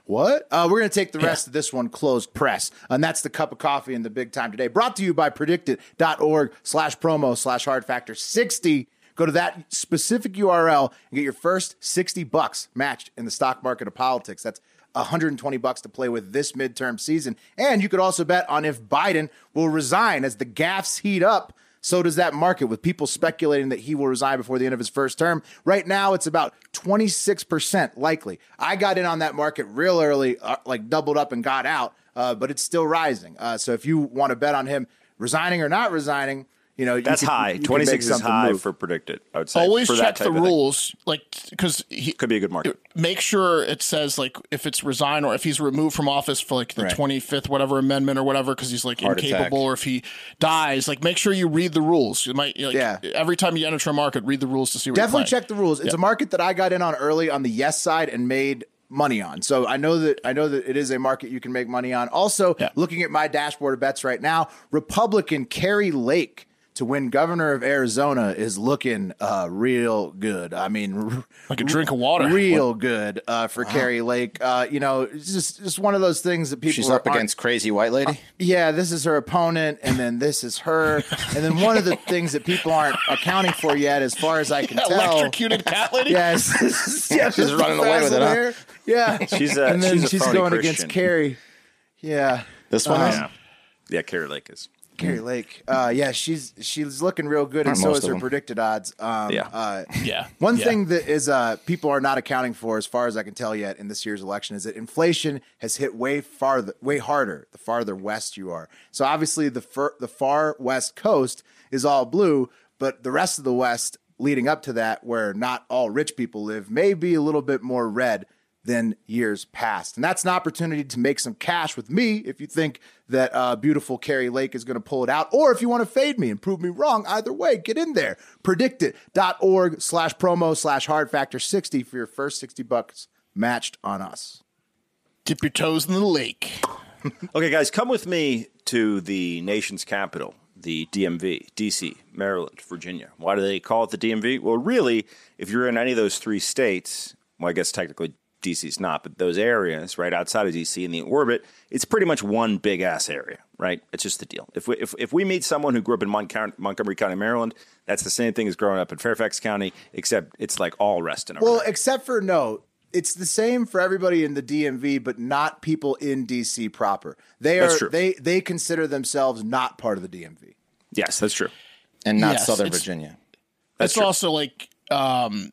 What? Uh, we're going to take the rest of this one closed press. And that's the cup of coffee and the big time today. Brought to you by predictit.org slash promo slash hard factor 60. Go to that specific URL and get your first 60 bucks matched in the stock market of politics. That's 120 bucks to play with this midterm season. And you could also bet on if Biden will resign as the gaffes heat up. So does that market with people speculating that he will resign before the end of his first term. Right now, it's about 26% likely. I got in on that market real early, uh, like doubled up and got out, uh, but it's still rising. Uh, so if you want to bet on him resigning or not resigning, you know, you That's could- high. you could Twenty make six is something high move. for predicted. I would say. Always for that check type the of thing. rules, like because he Could be a good market. make sure it says like if it's resign or if he's removed from office for like the Right. 25th whatever amendment or whatever because he's like Heart attack. incapable or if he dies like make sure you read the rules you might like, Yeah. every time you enter a market read the rules to see what Definitely you're playing. check the rules. It's a market that I got in on early on the yes side and made money on. So I know that I know that it is a market you can make money on. Also, Yeah. looking at my dashboard of bets right now, Republican Carrie Lake to win governor of Arizona is looking uh, real good. I mean, r- Like a drink of water. real good uh, for Carrie Lake. Uh, you know, it's just just one of those things that people She's are- up aren't- against crazy white lady. Uh, yeah, this is her opponent, and then this is her, and then one of the things that people aren't accounting for yet, as far as I can tell, Electrocuted cat *laughs* lady. Yes. yeah, She's running away with it, huh? uh, Vaseline. Yeah. She's a- and then she's a she's phony going Christian. against Carrie. Yeah. this uh, one is. yeah, yeah. Carrie Lake is. Carrie Lake. Uh, yeah, she's she's looking real good, and Aren't so Mm. most is of her them. predicted odds. Um, Yeah. Uh, *laughs* Yeah. One Yeah. thing that is uh, people are not accounting for, as far as I can tell yet, in this year's election, is that inflation has hit way farther, way harder the farther west you are. So obviously, the fir- the far west coast is all blue, but the rest of the west, leading up to that, where not all rich people live, may be a little bit more red than years past. And that's an opportunity to make some cash with me if you think that uh, beautiful Carrie Lake is going to pull it out, or if you want to fade me and prove me wrong. Either way, get in there. Predictit.org slash promo slash hard factor 60 for your first 60 bucks matched on us. Dip your toes in the lake. Okay, guys, come with me to the nation's capital, the DMV, DC, Maryland, Virginia. Why do they call it the DMV? Well, really, if you're in any of those three states, well, I guess technically DC's not, but those areas right outside of DC in the orbit, it's pretty much one big ass area, right? It's just the deal. If we, if, if we meet someone who grew up in Mon- Count- Montgomery County, Maryland, that's the same thing as growing up in Fairfax County, except it's like all resting over Well, there. except for no, it's the same for everybody in the DMV, but not people in DC proper. They That's are true. they they consider themselves not part of the DMV. Yes, that's true. and not Yes, Southern it's- Virginia. it's also like um,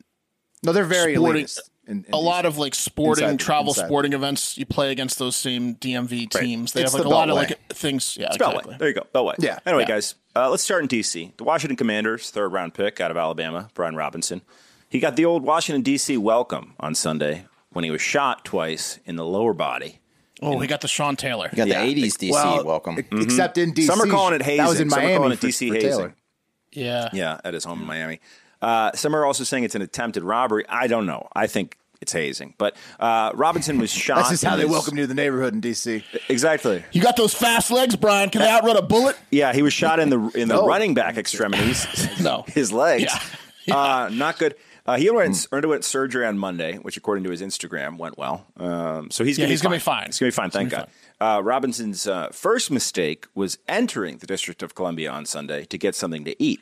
No, they're very Sporting- elitist. in- in a lot DC. of like sporting Inside- travel inside. sporting events. You play against those same DMV teams. They It's have like the a lot of Beltway. like things. Yeah, It's Beltway. exactly. There you go. Beltway. Yeah. Anyway, Yeah. guys, uh, let's start in D.C. The Washington Commanders, third round pick out of Alabama, Brian Robinson. He got the old Washington D.C. welcome on Sunday when he was shot twice in the lower body. Oh, we got the Sean Taylor. You got Yeah. the '80s DC. welcome. e- Except in DC. Some are calling it hazing. That was in Some Miami are calling it for- DC for hazing. Taylor. Yeah. Yeah, at his home in Miami. Uh, some are also saying it's an attempted robbery. I don't know. I think it's hazing. But uh, *laughs* Robinson was shot. That's just how in they his- welcome you to the neighborhood in DC. Exactly. You got those fast legs, Brian. Can they outrun a bullet? Yeah, he was shot in the *laughs* in the running back extremities. No. *laughs* his legs. Yeah. Uh, not good. Uh, he underwent, underwent surgery on Monday, which, according to his Instagram, went well. Um, so he's Yeah, gonna he's be gonna be fine. He's gonna be fine. Thank gonna God. be Uh, Robinson's uh, first mistake was entering the District of Columbia on Sunday to get something to eat.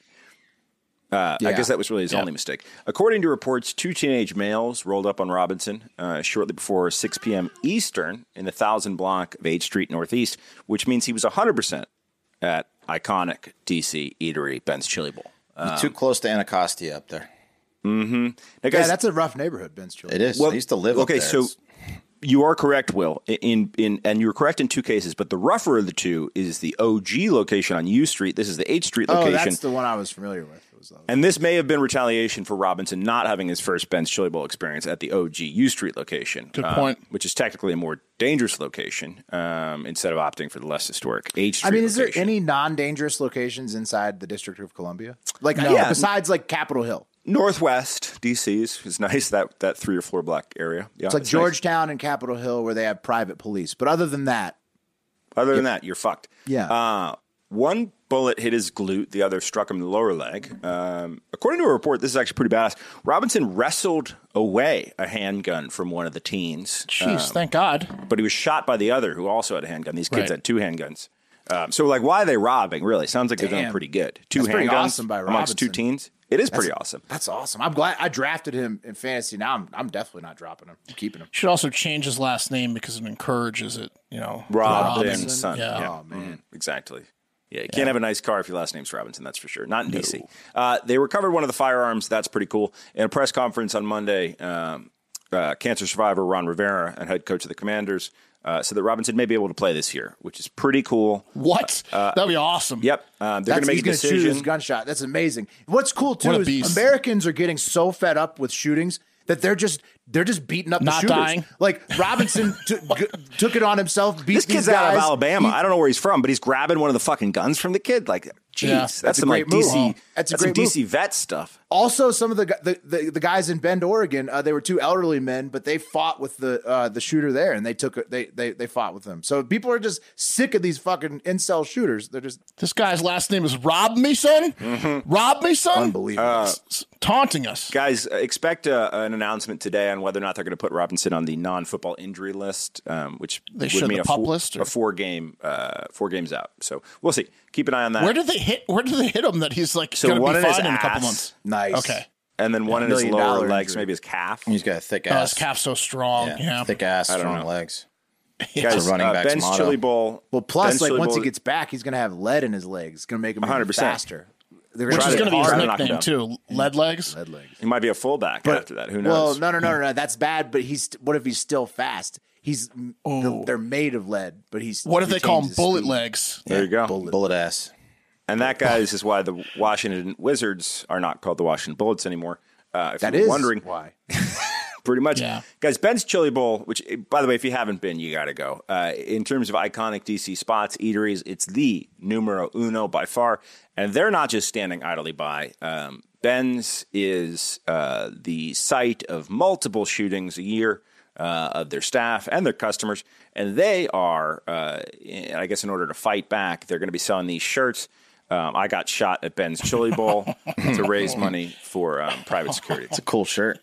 I guess that was really his only mistake. According to reports, two teenage males rolled up on Robinson uh, shortly before 6 p.m. Eastern in the 1000 block of 8th Street Northeast, which means he was 100% at iconic DC eatery Ben's Chili Bowl. Too close to Anacostia up there. Now, Yeah, guys, that's a rough neighborhood, Ben's Chili. It is. I used to live. Okay, up there. so It's- you are correct, Will. In in and you're correct in two cases, but the rougher of the two is the OG location on U Street. This is the 8th Street Oh, location. that's the one I was familiar with. It was the- And this may have been retaliation for Robinson not having his first Ben's Chili Bowl experience at the OG U Street location. Good uh, point. which is technically a more dangerous location um, instead of opting for the less historic H Street. I mean, is there location. any non-dangerous locations inside the District of Columbia? Like, Yeah. besides like Capitol Hill, Northwest DC is, is nice that that three or four block area. Yeah, it's like nice. Georgetown and Capitol Hill where they have private police. But other than that, Other than that, you're fucked. Yeah. Uh, one bullet hit his glute, the other struck him in the lower leg. Um, according to a report, this is actually pretty badass. Robinson wrestled away a handgun from one of the teens. Jeez, thank God. but he was shot by the other who also had a handgun. These kids Right. had two handguns. Um, so, like, why are they robbing? Really, sounds like they're doing Damn. pretty good. Two That's pretty handguns awesome by amongst two Robinson. teens. It is pretty awesome. that's awesome. I'm glad I drafted him in fantasy. Now I'm I'm definitely not dropping him. I'm keeping him. Should also change his last name because it encourages it. You know, Robinson, son. Yeah. Oh man, exactly. Yeah, you can't have a nice car if your last name's Robinson. That's for sure. Not in DC. Uh, they recovered one of the firearms. That's pretty cool. In a press conference on Monday, um, uh, cancer survivor Ron Rivera and head coach of the Commanders uh, said that Robinson may be able to play this year, which is pretty cool. What? Uh, That'd be awesome. Yep, um, they're going That's- to make a he's gonna shoot decision. his gunshot. That's amazing. What's cool too What a is beast. Americans are getting so fed up with shootings that they're just they're just beating up Not the shooters. dying. Like *laughs* Robinson t- g- took it on himself. Beat This these kid's out of guys. Alabama. He- I don't know where he's from, but he's grabbing one of the fucking guns from the kid. Like, jeez, Yeah, that's, that's a some like great move. DC. That's a some great move. DC vet stuff. Also, some of the gu- the, the, the guys in Bend, Oregon, uh, they were two elderly men, but they fought with the uh, the shooter there, and they took they they they fought with them. So people are just sick of these fucking incel shooters. They're just This guy's last name is Rob Me Son. Mm-hmm. Rob Me Son. unbelievable. S- s- taunting us. Guys, expect uh an announcement today on whether or not they're going to put Robinson on the non-football injury list, um, which They would should, mean the a, pup four, list, or- a four game, uh, four games out. So we'll see. Keep an eye on that. Where did they hit? Where did they hit him that he's like so going to one be in his fine in a couple ass, months? nice. Okay, and then one in his Million lower dollar legs, injury. maybe his calf. He's got a thick oh, ass. his calf's so strong. Yeah. Yeah, Thick ass, strong know. legs. Guys, a running uh, back's Ben's motto. Chili Bowl. Well, plus, Ben's like Chili once he Bowl- gets back, he's gonna have lead in his legs. It's gonna make him 100 100%. faster. They're which try is Try going to be his hard to knock nickname too. Lead legs. lead legs. he might be a fullback after that. Who Well, knows? no, no, no, no, no. That's bad. But he's what if he's still fast? He's the, they're made of lead, but he's Oh. What if they call retains him his bullet speed. legs? there you go. Bullet, ass. And that, guys, is why the Washington Wizards are not called the Washington Bullets anymore. Uh, if That you're is wondering, why. pretty much. Yeah. Guys, Ben's Chili Bowl, which, eh, by the way, if you haven't been, you got to go. Uh, in terms of iconic DC spots, eateries, it's the numero uno by far. And they're not just standing idly by. Um, Ben's is uh, the site of multiple shootings a year. Uh, of their staff and their customers, and they are, uh, eh, I guess, in order to fight back, they're going to be selling these shirts. Um, I got shot at Ben's Chili Bowl to raise money for um, private security. It's a cool shirt.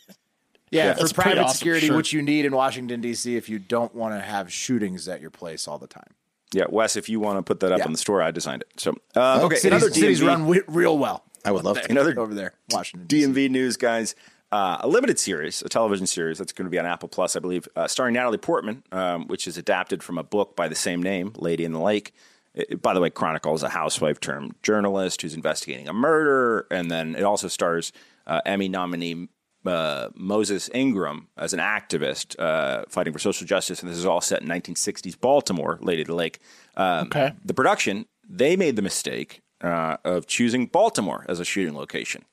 Yeah, for that's pretty private awesome, security, sure. which you need in Washington D.C. if you don't want to have shootings at your place all the time. Yeah, Wes, if you want to put that up Yeah. Oh, on the store, I designed it. So, uh, okay, cities, another cities DMV run w- real well. I would love *laughs* to. Another- over there, Washington. DMV news, guys. Uh, a limited series, a television series that's going to be on Apple Plus, I believe, uh, starring Natalie Portman, um, which is adapted from a book by the same name, Lady in the Lake. It, it- by the way, chronicles a housewife term journalist who's investigating a murder, and then it also stars uh, Emmy nominee uh, Moses Ingram as an activist uh, fighting for social justice, and this is all set in 1960s Baltimore, Lady of the Lake. Um, Okay. The production they made the mistake uh, of choosing Baltimore as a shooting location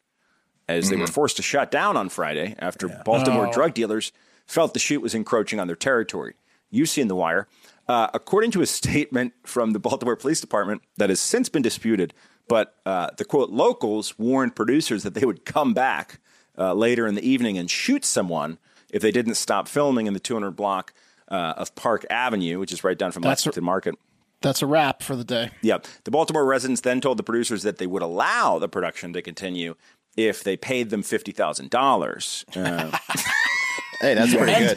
as they were forced to shut down on Friday after Baltimore drug dealers felt the shoot was encroaching on their territory. You've seen The Wire. Uh, according to a statement from the Baltimore Police Department that has since been disputed, but uh, the quote, locals warned producers that they would come back uh, later in the evening and shoot someone if they didn't stop filming in the 200 block uh, of Park Avenue, which is right down from That's- Lexington Market. That's a wrap for the day. Yeah. The Baltimore residents then told the producers that they would allow the production to continue if they paid them $50,000. Uh, *laughs* Hey, that's pretty And, good.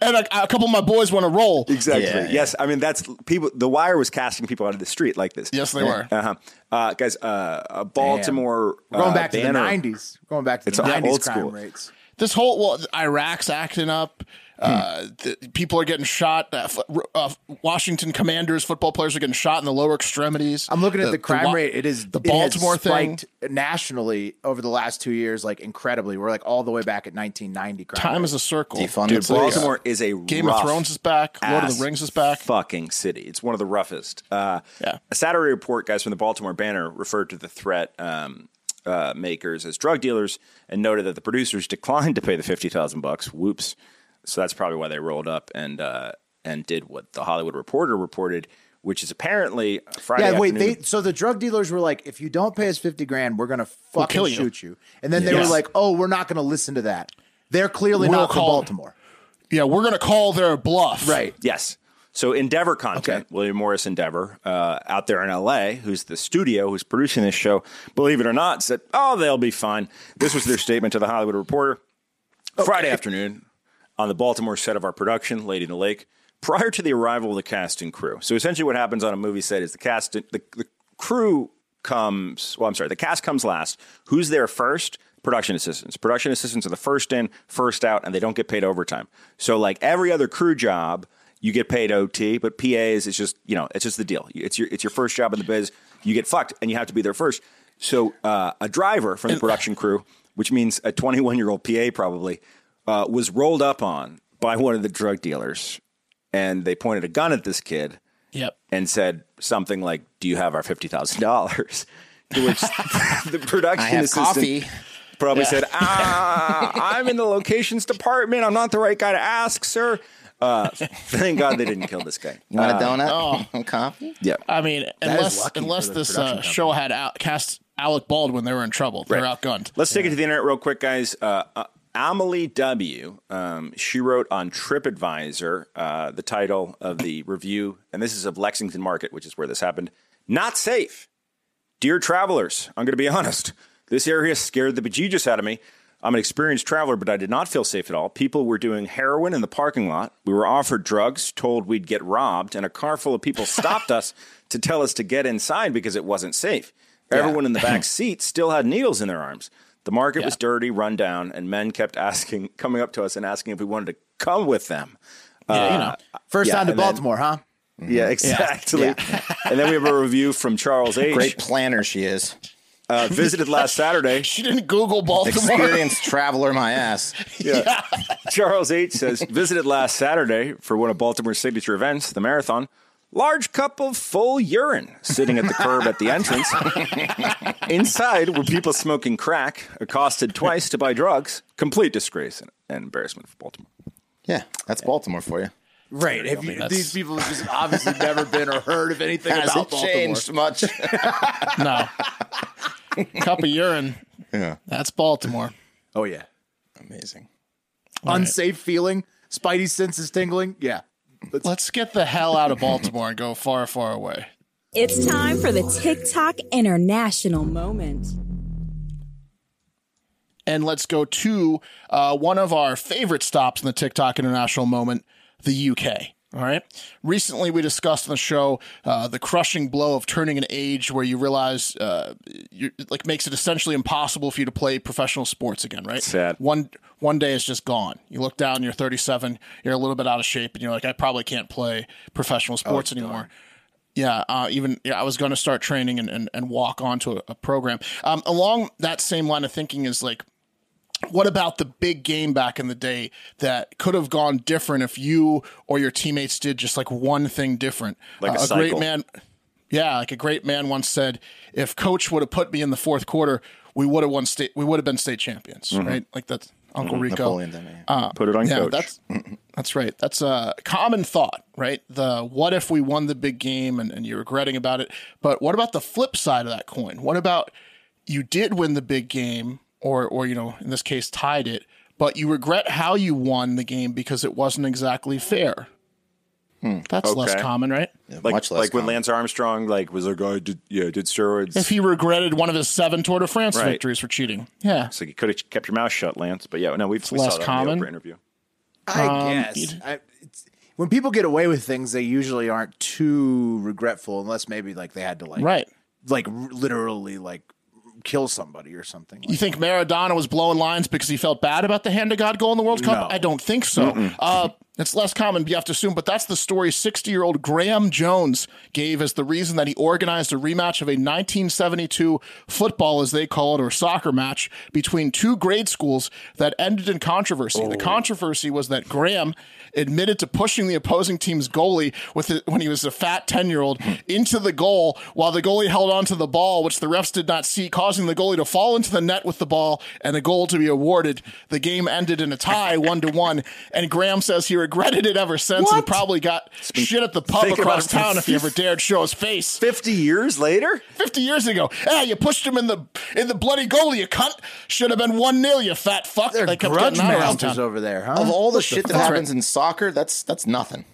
and a, a couple of my boys want to roll. exactly. Yeah, yeah. Yes. I mean, that's people. The Wire was casting people out of the street like this. Yes, they were. Uh-huh. Uh, guys, uh, a Baltimore. We're going uh, back to the banner- nineties. Going back to It's the all nineties old crime school. rates. This whole well, Iraq's acting up. Uh, the, people are getting shot. Uh, f- uh, Washington Commanders football players are getting shot in the lower extremities. I'm looking at the, crime wa- rate. It is the it has Baltimore thing. spiked nationally over the last two years, like incredibly. We're like all the way back at 1990. Crime Time rate. is a circle. Defund Dude, the police. Baltimore is a Game of rough Thrones is back. Lord of ass the Rings is back. Fucking city. It's one of the roughest. Uh, Yeah. A Saturday report, guys, from the Baltimore Banner referred to the threat um, uh, makers as drug dealers and noted that the producers *laughs* declined to pay the fifty thousand bucks. Whoops. So that's probably why they rolled up and uh, and did what the Hollywood Reporter reported, which is apparently Friday. yeah, wait. afternoon- They so the drug dealers were like, if you don't pay us fifty grand, we're gonna fucking kill you. shoot you. And then they Yes. were like, oh, we're not gonna listen to that. They're clearly We'll not from call- Baltimore, Yeah, we're gonna call their *laughs* bluff. right? Yes. So Endeavor Content, William Morris Endeavor, uh, out there in LA, who's the studio who's producing this show, believe it or not, said, oh, they'll be fine. This was their statement to the Hollywood Reporter Friday afternoon on the Baltimore set of our production, Lady in the Lake, prior to the arrival of the cast and crew. So essentially, what happens on a movie set is the cast, the, the crew comes. Well, I'm sorry, the cast comes last. Who's there first? Production assistants. Production assistants are the first in, first out, and they don't get paid overtime. So, like every other crew job, you get paid OT, but PAs is just you know it's just the deal. It's your it's your first job in the biz. You get fucked, and you have to be there first. So, uh, a driver from the production crew, which means a 21 year old PA probably, uh, was rolled up on by one of the drug dealers, and they pointed a gun at this kid Yep. and said something like, "Do you have our fifty thousand dollars?" *laughs* To which the production I have assistant coffee. probably said, "Ah, I'm in the locations department. I'm not the right guy to ask, sir." Uh, thank God they didn't kill this guy. You *laughs* want a donut? Oh, coffee? Yeah, I mean, is unless lucky for unless the this production uh, show had out, cast Alec Baldwin they were in trouble. They're Right. outgunned. Let's take it to the internet real quick, guys. Uh, uh, Amelie W. Um, she wrote on TripAdvisor uh, the title of the review, and this is of Lexington Market, which is where this happened. Not safe. Dear travelers, I'm going to be honest. This area scared the bejesus out of me. I'm an experienced traveler, but I did not feel safe at all. People were doing heroin in the parking lot. We were offered drugs, told we'd get robbed, and a car full of people stopped us to tell us to get inside because it wasn't safe. Everyone in the back seat still had needles in their arms. The market was dirty, run down, and men kept asking, coming up to us and asking if we wanted to come with them. Uh, Yeah, you know. First Yeah, time to and then- Baltimore, huh? Yeah, exactly. and then we have a review from Charles H. Great planner she is. Uh, visited last Saturday. She didn't Google Baltimore. Experienced traveler, my ass. Charles H says visited last Saturday for one of Baltimore's signature events, the marathon. Large cup of full urine sitting at the curb at the entrance. Inside were people smoking crack, accosted twice to buy drugs. Complete disgrace and, and embarrassment for Baltimore. Yeah, that's Baltimore for you. Right. Have you, that's- these people have just obviously never been or heard of anything Has about it Baltimore. *laughs* changed much? no. Cup of urine. Yeah. That's Baltimore. Oh yeah. Amazing. Unsafe feeling. Spidey senses tingling. Yeah. Let's get the hell out of Baltimore and go far, far away. It's time for the TikTok International Moment. and let's go to uh, one of our favorite stops in the TikTok international moment, the UK. All right. Recently, we discussed on the show uh, the crushing blow of turning an age where you realize, uh, you're, it, like, makes it essentially impossible for you to play professional sports again. Right. Sad. One one day it's just gone. You look down, you're 37, you're a little bit out of shape, and you're like, I probably can't play professional sports anymore. Yeah, uh, even yeah, I was going to start training and, and, and walk onto a, a program. Um, along that same line of thinking is like, what about the big game back in the day that could have gone different if you or your teammates did just like one thing different? Uh, Like a a great cycle. man, yeah, like a great man once said, if coach would have put me in the fourth quarter, we would have won state, we would have been state champions, Mm-hmm. right? Like that's Uncle Rico. Napoleon Dynamite. Uh, Put it on Yeah, coach. Mm-hmm. that's that's right. That's a common thought, right? The what if we won the big game and, and you're regretting about it. But what about the flip side of that coin? What about you did win the big game or or you know, in this case tied it, but you regret how you won the game because it wasn't exactly fair. That's less Hmm, Okay. common, right? like much less like when common. Lance Armstrong like was like "Oh, I did yeah did steroids. If he regretted one of his seven Tour de France Right. victories for cheating. Yeah. so you could have kept your mouth shut, Lance. But yeah, no, we've we less saw that on common. the Oprah interview. I guess. I, it's, when people get away with things, they usually aren't too regretful, unless maybe like they had to like Right. like r- literally like kill somebody or something. You Like, think Maradona was blowing lines because he felt bad about the hand of God goal in the World Cup? No. I don't think so. Uh, it's less common, you have to assume, but that's the story 60 year old Graham Jones gave as the reason that he organized a rematch of a 1972 football, as they call it, or soccer match between two grade schools that ended in controversy. The controversy was that Graham admitted to pushing the opposing team's goalie with it when he was a fat 10 year old into the goal while the goalie held onto the ball, which the refs did not see, causing the goalie to fall into the net with the ball and a goal to be awarded. The game ended in a tie, *laughs* one to one. And Graham says he regretted it ever since and probably got shit at the pub thinking about across it for town if he ever dared show his face. Fifty years later, 50 years ago. Ah, you pushed him in the in the bloody goal, you cunt. Should have been 1 0, you fat fuck. they're kept grudge getting out around masters town. over there, huh? Of all the shit that fuck? happens in soccer, that's that's nothing.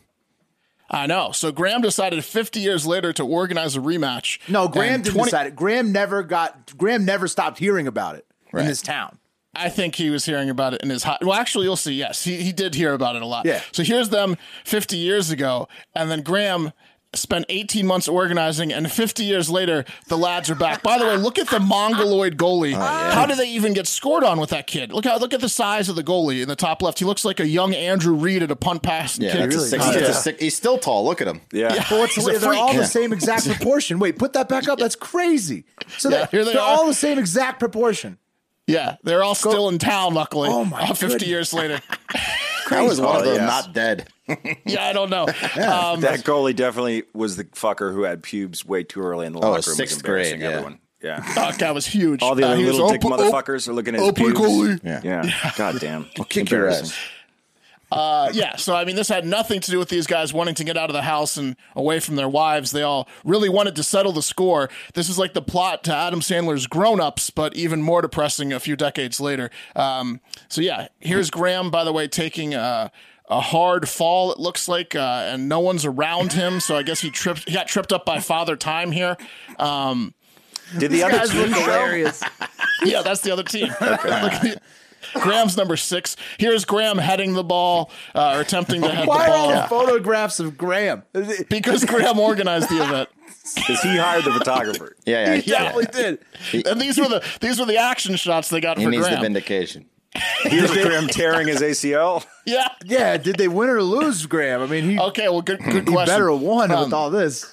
I know. So Graham decided 50 years later to organize a rematch. no, Graham And didn't decide it. Graham never got. Graham never stopped hearing about it in this town. I think he was hearing about it in his hot. Well, actually, you'll see. Yes, he, he did hear about it a lot. Yeah. So here's them 50 years ago, and then Graham spent 18 months organizing, and 50 years later, the lads are back. By the way, look at the mongoloid goalie. Oh, How do they even get scored on with that kid? Look how look at the size of the goalie in the top left. He looks like a young Andrew Reid at a punt pass. Yeah, kick. that's a really six, does. that's a Yeah. six- He's still tall. Look at him. yeah, Well, it's, He's a they're all freak. the same *laughs* exact proportion. Wait, put that back up. That's crazy. So Yeah, they're, here they they're are. all the same exact proportion. *laughs* Yeah, they're all still in town, luckily. Oh, my uh, 50 goodness. *laughs* years later. That was one of Oh, the yes. not dead. yeah, I don't know. Um, that goalie definitely was the fucker who had pubes way too early in the locker room. It was sixth grade, embarrassing yeah. Everyone. Yeah. *laughs* that guy was huge. All the Uh, other he was little dick open- motherfuckers are looking at his open pubes. goalie. Yeah. God damn. Kick your ass. Uh, yeah, so I mean, this had nothing to do with these guys wanting to get out of the house and away from their wives. They all really wanted to settle the score. This is like the plot to Adam Sandler's Grown Ups, but even more depressing a few decades later. Um, so yeah, here's Graham, by the way, taking a, a hard fall. It looks like, uh, and no one's around him, so I guess he tripped. He got tripped up by Father Time here. Um, Did the other guys team look go? hilarious. yeah, that's the other *laughs* team. Look at the- Graham's number six. Here's Graham heading the ball uh, or attempting to head *laughs* the Why are all ball photographs of Graham? *laughs* because Graham organized the event. Because he hired the photographer. Yeah, *laughs* yeah. He definitely did. And these were the these were the action shots they got He for needs the Graham. vindication. Here's Graham tearing his ACL. yeah. Yeah, did they win or lose Graham? I mean, he, Okay. Well, good good he question. better have won Um, with all this.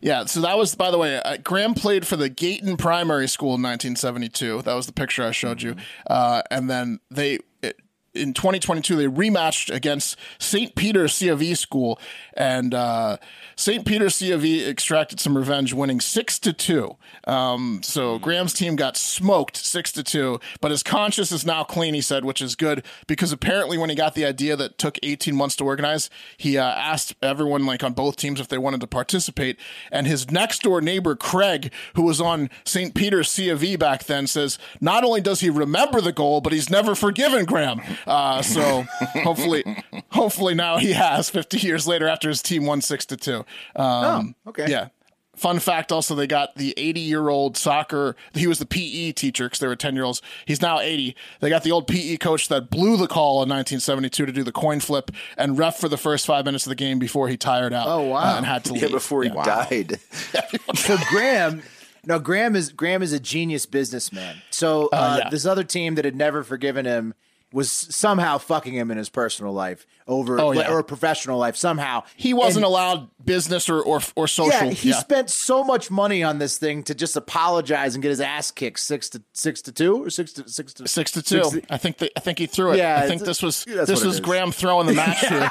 Yeah, so that was, by the way, uh, Graham played for the Gayton Primary School in 1972. That was the picture I showed you. Uh, and then they, it, in 2022, they rematched against St. Peter's C of E School. And uh, St. Peter's C of E extracted some revenge, winning 6 to 2. Um, so Graham's team got smoked 6 to 2, but his conscience is now clean, he said, which is good because apparently when he got the idea that took 18 months to organize, he uh, asked everyone like on both teams if they wanted to participate. And his next door neighbor, Craig, who was on St. Peter's C of E back then, says not only does he remember the goal, but he's never forgiven Graham. Uh, so *laughs* hopefully, hopefully now he has 50 years later after his team won 6 to 2. Um, okay. Yeah. Fun fact also, they got the 80 year old soccer. He was the PE teacher because they were 10 year olds. He's now 80. They got the old PE coach that blew the call in 1972 to do the coin flip and ref for the first five minutes of the game before he tired out. Oh, wow. uh, and had to leave. Yeah, before he died. So Graham, no, Graham is Graham is a genius businessman. So uh, Oh, yeah. this other team that had never forgiven him was somehow fucking him in his personal life over Oh, yeah. or professional life somehow. *laughs* He wasn't And- allowed business or, or, or social. Yeah, he spent so much money on this thing to just apologize and get his ass kicked six to six to two or six to six to Six to two. six to- I think they, I think he threw it. Yeah, I think it's- this was that's this what it was is. Graham *laughs* throwing the match here.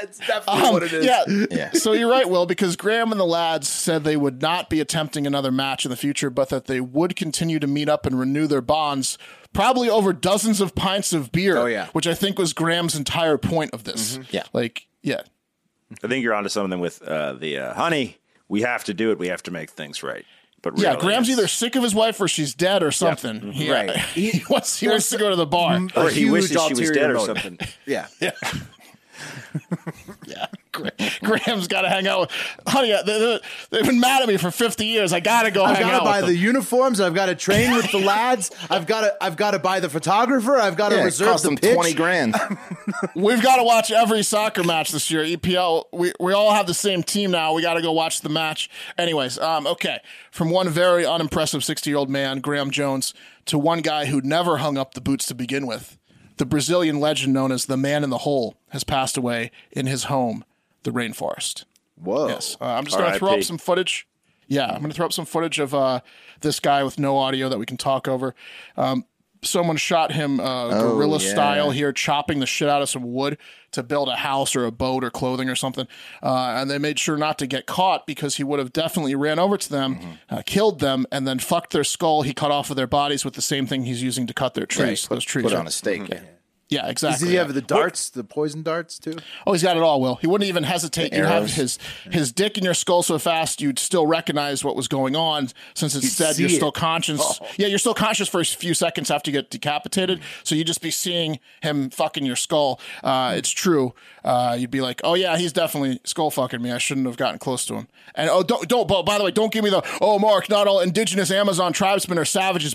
That's definitely what it is. Um, Yeah. Yeah. So you're right, Will, because Graham and the lads said they would not be attempting another match in the future, but that they would continue to meet up and renew their bonds, probably over dozens of pints of beer. Oh, yeah. Mm-hmm. Which I think was Graham's entire point of this. Yeah. Like, yeah. I think you're onto something with uh, the uh, honey. We have to do it. We have to make things right. But Yeah, really, Graham's it's- either sick of his wife or she's dead or something. He- Mm-hmm. *laughs* Right. He wants, he wants to go to the bar. or he huge wishes she was ulterior dead or motive. something. Yeah. Yeah, Gra- Graham's got to hang out with. Honey, they- they, they've been mad at me for 50 years. I got to go I've hang got out to buy with the them. uniforms. I've got to train with the lads. I've got to. I've got to buy the photographer. I've got to Yeah, it reserve cost the him pitch. twenty grand. *laughs* We've got to watch every soccer match this year. EPL, we, we all have the same team now. We got to go watch the match. Anyways, um, okay. From one very unimpressive 60 year old man, Graham Jones, to one guy who never hung up the boots to begin with. The Brazilian legend known as the man in the hole has passed away in his home, the rainforest. Whoa. Yes. Uh, I'm just going to throw R.I.P.. up some footage. Yeah, I'm going to throw up some footage of uh, this guy with no audio that we can talk over. Um, someone shot him uh, gorilla Oh, yeah. style here, chopping the shit out of some wood to build a house or a boat or clothing or something. Uh, and they made sure not to get caught because he would have definitely ran over to them, Mm-hmm. uh, killed them, and then fucked their skull. He cut off of their bodies with the same thing he's using to cut their trees. Those trees. Put are- on a stake. yeah, Does exactly. he yeah. have the darts, the poison darts too? Oh, he's got it all, Will. He wouldn't even hesitate. You'd have arrows. his his dick in your skull so fast you'd still recognize what was going on since it's said see you're it. Oh. still conscious. Yeah, you're still conscious for a few seconds after you get decapitated. So you'd just be seeing him fucking your skull. Uh, it's true. Uh, you'd be like, oh yeah, he's definitely skull fucking me. I shouldn't have gotten close to him. And oh, don't don't. But by the way, don't give me the oh, Mark. Not all indigenous Amazon tribesmen are savages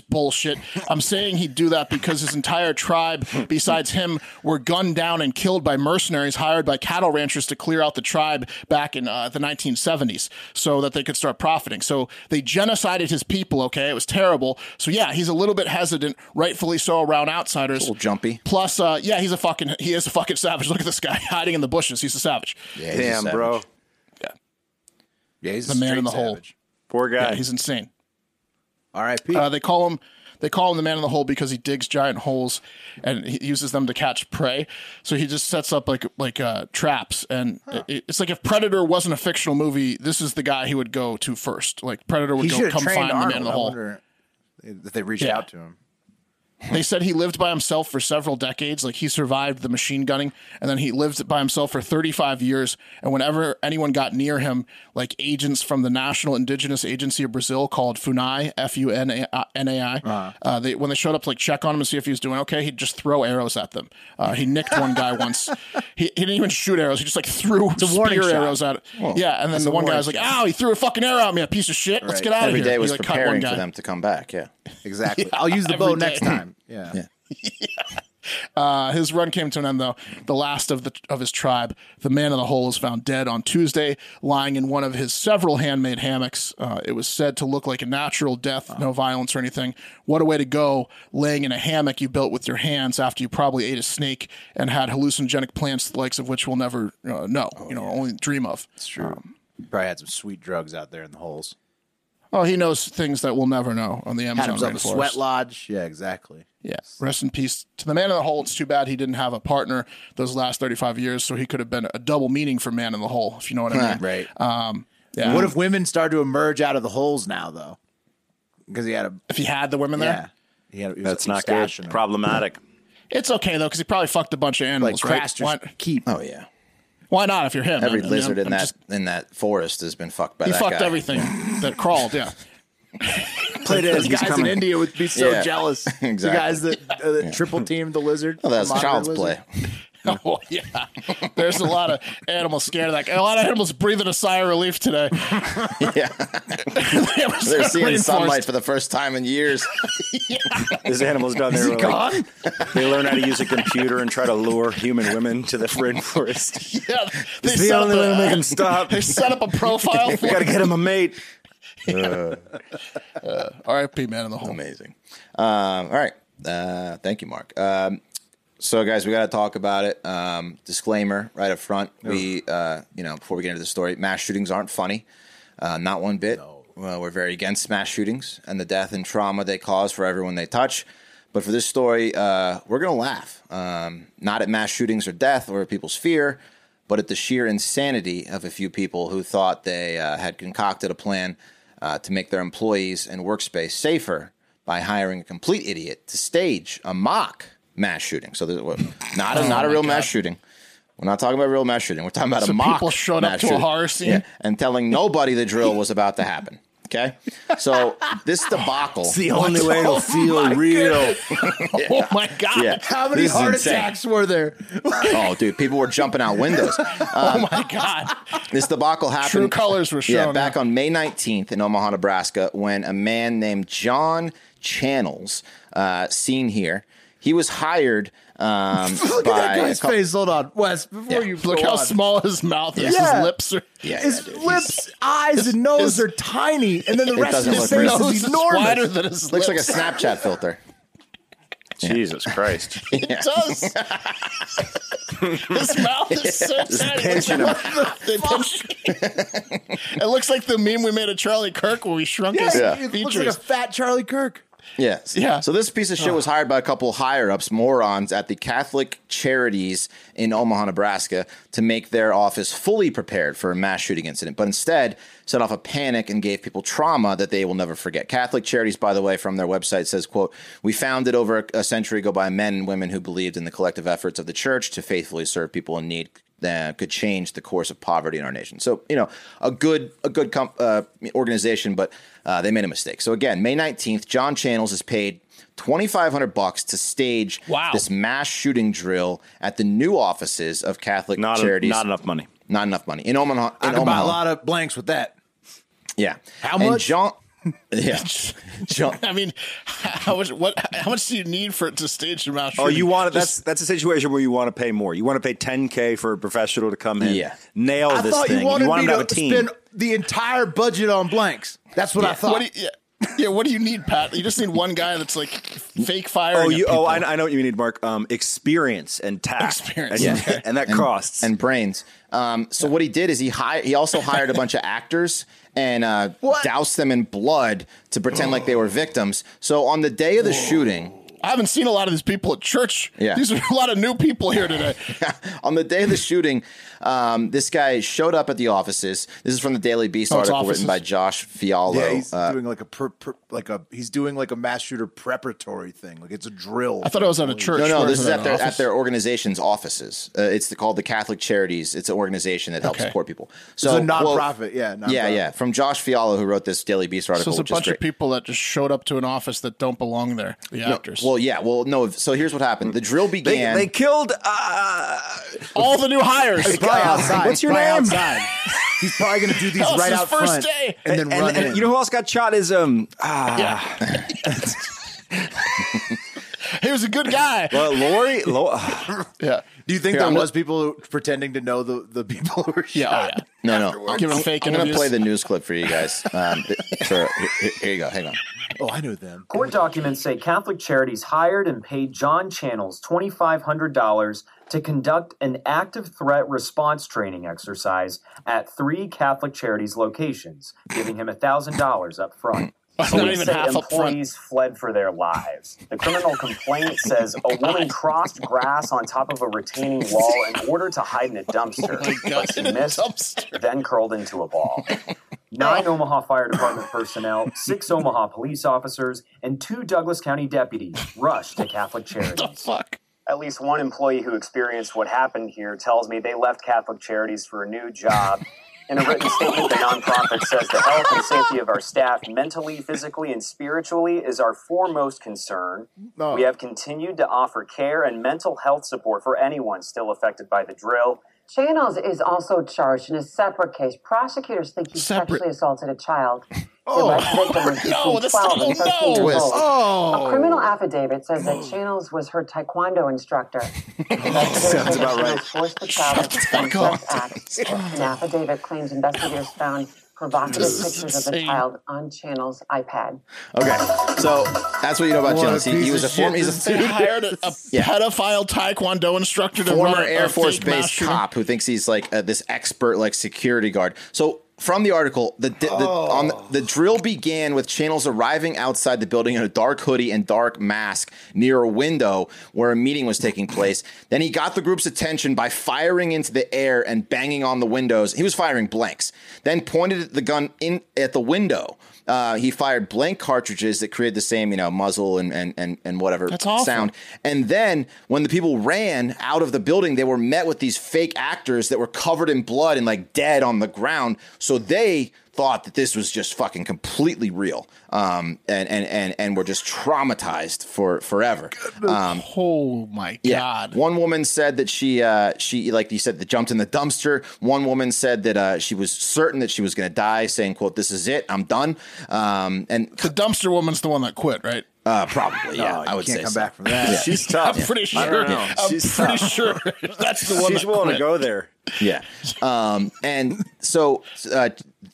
*laughs* bullshit. I'm saying he'd do that because his entire tribe, besides him, were gunned down and killed by mercenaries hired by cattle ranchers to clear out the tribe back in uh, the 1970s, so that they could start profiting. So they genocided his people. Okay, it was terrible. So yeah, he's a little bit hesitant, rightfully so, around outsiders. little jumpy. Plus, uh, yeah, he's a fucking he is a fucking savage. *laughs* Look at this guy hiding in the bushes. He's a savage. Yeah, he's a Damn, savage. bro. Yeah, he's The man in the hole. Poor guy. Yeah, he's insane. R.I.P. Uh, they call him they call him the man in the hole because he digs giant holes and he uses them to catch prey. So he just sets up like like uh, traps, and it, it's like if Predator wasn't a fictional movie, this is the guy he would go to first. Like Predator would he go should have come trained find the Arnold. man in the I hole. wonder if they reached Yeah. out to him. They said he lived by himself for several decades. Like he survived the machine gunning, and then he lived by himself for 35 years. And whenever anyone got near him, like agents from the National Indigenous Agency of Brazil called FUNAI, F U N A N A Uh-huh. I, uh, they when they showed up, to, like check on him and see if he was doing okay, he'd just throw arrows at them. Uh, he nicked one guy *laughs* once. He, he didn't even shoot arrows. He just like threw a warning spear shot. arrows at it. yeah, and then the one guy was like, "Ow! He threw a fucking arrow at me, a piece of shit. Let's get out Every of here." day He, was like, cut one preparing for guy. them to come back. Yeah. *laughs* Exactly. I'll use the bow every day. next *laughs* time. Yeah. Uh, his run came to an end, though. The last of the of his tribe, the man in the hole, is found dead on Tuesday, lying in one of his several handmade hammocks. Uh, it was said to look like a natural death, no violence or anything. What a way to go, laying in a hammock you built with your hands after you probably ate a snake and had hallucinogenic plants, the likes of which we'll never uh, know, Oh, you know, only dream of. It's true. Probably had some sweet drugs out there in the holes. Oh, he knows things that we'll never know on the Had Amazon himself a rainforest. sweat lodge. Yeah, exactly. Yeah. Rest in peace to the man in the hole. It's too bad he didn't have a partner those last 35 years, so he could have been a double meaning for man in the hole, if you know what I mean. Right. Um, yeah. What if women started to emerge out of the holes now, though? Because he had a if he had the women yeah, there? he had, he was That's not good. stashing them. Problematic. It's okay though, because he probably fucked a bunch of like animals, right? crashed Why, or keep. Oh yeah. why not if you're him? Every I mean, lizard I'm- in I'm that just- in that forest has been fucked by he that fucked guy. *laughs* everything that crawled. Yeah. *laughs* Played it. Guys in India would be so Yeah. jealous. The Exactly. guys that, uh, that triple teamed the lizard. Oh, that's the monitor child's lizard. play. Oh yeah. There's a lot of animals scared. Like a lot of animals breathing a sigh of relief today. *laughs* *laughs* Yeah, they're seeing sunlight for the first time *laughs* in years. This animal's down there. were like- *laughs* they learn how to use a computer and try to lure human women to the *laughs* rainforest. Yeah, they It's the set up only a- way to make him stop. *laughs* They set up a *laughs* profile we for got to get him a mate. RIP man in the hole. Amazing. Um, all right. Uh, thank you, Mark. Um, so, guys, we got to talk about it. Um, disclaimer right up front. We, uh, you know, before we get into the story, mass shootings aren't funny, uh, not one bit. Well, we're very against mass shootings and the death and trauma they cause for everyone they touch. But for this story, uh, we're going to laugh, um, not at mass shootings or death or at people's fear, but at the sheer insanity of a few people who thought they uh, had concocted a plan uh, to make their employees and workspace safer by hiring a complete idiot to stage a mock mass shooting. So, there's- what- not a, not a real mass shooting. We're not talking about real mass shooting. We're talking about a Oh So mock. people showed up mass to a shooting. horror scene? Yeah, and telling nobody the drill was about to happen. Okay, so *laughs* this debacle. The only way to feel real. Oh my god. Yeah. How many This is heart insane. attacks were there? Oh, dude, people were jumping out *laughs* windows. *laughs* Oh my god. This debacle True happened. colors were shown. yeah, back on May 19th in Omaha, Nebraska, when a man named John Channels, uh, seen here, he was hired *laughs* um, Look by at that guy's a couple- face. Hold on, Wes. Before Yeah. you Look go how on. small his mouth is. Yeah. His lips are Yeah, yeah, His dude, he's- lips, eyes, and nose his- are tiny, and then the It rest of doesn't his look face real. nose is is enormous. wider than his looks like a lips. Snapchat filter. Jesus Christ. It *laughs* does. his mouth is so tiny. It looks pinching like- *laughs* they pinch- it looks like the meme we made of Charlie Kirk where we shrunk his Yeah. It looks like a features. fat Charlie Kirk. Yeah. Yeah. So this piece of shit was hired by a couple higher ups, morons, at the Catholic Charities in Omaha, Nebraska, to make their office fully prepared for a mass shooting incident, but instead set off a panic and gave people trauma that they will never forget. Catholic Charities, by the way, from their website says, quote, We founded over a century ago by men and women who believed in the collective efforts of the church to faithfully serve people in need that could change the course of poverty in our nation. So you know, a good a good com- uh, organization, but uh, they made a mistake. So again, May nineteenth, John Channels is paid twenty five hundred bucks to stage Wow. this mass shooting drill at the new offices of Catholic Not, a, charities. not enough money. Not enough money in Omaha. In I can buy Omaha, a lot of blanks with that. yeah. How And much? John, yeah, *laughs* John. I mean, how much? What? How much do you need for it to stage your mouth? Oh, you want it? That's that's a situation where you want to pay more. You want to pay 10k for a professional to come in, Yeah. nail I Oh, this thought thing. you wanted want me him to have a to team. spend the entire budget on blanks. That's what I thought. What do you, yeah, yeah. What do you need, Pat? You just need one guy that's like fake fire. Oh, you, oh, I, I know what you need, Mark. Um, experience and tact, Experience, and, okay. *laughs* and that costs. and brains. Um, so what he did is he hired. He also hired a bunch of actors and uh, doused them in blood to pretend like they were victims. So on the day of the shooting, I haven't seen a lot of these people at church. Yeah. These are a lot of new people here today. on the day of the shooting, um, this guy showed up at the offices. This is from the Daily Beast Oh, it's article offices. written by Josh Fiallo. Yeah, he's Uh, doing like a per, per, like a he's doing like a mass shooter preparatory thing. Like it's a drill. I thought it was at a church. no, no, Where this is it at their office? at their organization's offices. Uh, it's the, called the Catholic Charities. It's an organization that helps Okay. poor people. It's So a well, nonprofit. yeah, nonprofit. yeah, yeah. From Josh Fiallo, who wrote this Daily Beast So article. it's a which is bunch great. of people that just showed up to an office that don't belong there. The actors. Well, yeah. Well, no. So here's what happened. The drill They, began. they killed. Uh, all the new *laughs* hires. He's probably outside. What's your He's probably name? Outside. He's probably gonna *laughs* do these That was right his out first front day. and then and, run and in. you know who else got shot is um ah Yeah. he was a good guy. well Lori. Lo- yeah. do you think Here, there I'm was people pretending to know the, the people who were Yeah. shot? Oh, yeah. no, no. Give him fake I'm gonna interviews. play the news clip for you guys. Um, th- for, here, here you go. Hang on. Oh, I knew them. Court documents say Catholic Charities hired and paid John Channels $2,500 to conduct an active threat response training exercise at three Catholic Charities locations, giving him $1,000 up front. *laughs* Not even say half up front. employees fled for their lives. The criminal complaint says a woman crossed grass on top of a retaining wall in order to hide in a Oh dumpster, but she missed, then curled into a ball. Nine Oh. Omaha Fire Department personnel, six Omaha police officers, and two Douglas County deputies rushed to Catholic Charities. Fuck. At least one employee who experienced what happened here tells me they left Catholic Charities for a new job. In a written statement, the nonprofit says the health and safety of our staff mentally, physically, and spiritually is our foremost concern. We have continued to offer care and mental health support for anyone still affected by the drill. Channels is also charged in a separate case. Prosecutors think he Separate. sexually assaulted a child. Oh, victim was between *laughs* no, that's not- 12 and oh, 13 no. years old. Twist. Oh. A criminal affidavit says that Channels was her taekwondo instructor. about Investigators say right. Channels Forced the child Shut into the some fuck sex act. An affidavit claims investigators *laughs* found provocative pictures of the insane. child on Channels' iPad. Okay. So that's what you know about What a Jones. He, he piece was a of former. shit He's a this They hired a, a Yeah. pedophile taekwondo instructor to former run a- a Air Force fake mass Base shooting. cop who thinks he's like uh, this expert, like security guard. So from the article, the, the, the- on the, the drill began with Channels arriving outside the building in a dark hoodie and dark mask near a window where a meeting was taking place. then he got the group's attention by firing into the air and banging on the windows. He was firing blanks. Then pointed the gun in at the window. Uh, he fired blank cartridges that created the same, you know, muzzle and and and, and whatever That's awful. sound. And then when the people ran out of the building, they were met with these fake actors that were covered in blood and like dead on the ground. So they thought that this was just fucking completely real. Um, and and and and were just traumatized for forever. Um, Oh my yeah. god. One woman said that she uh she like you said that jumped in the dumpster. One woman said that uh she was certain that she was gonna die, saying, quote, this is it, I'm done. Um and The dumpster woman's the one that quit, right? *laughs* uh probably, yeah, I would Can't say come so. back from *laughs* that. she's tough. I'm pretty I sure. don't know. I'm she's pretty tough. sure that's the one. She's that willing quit. to go there. Yeah. Um, and so uh,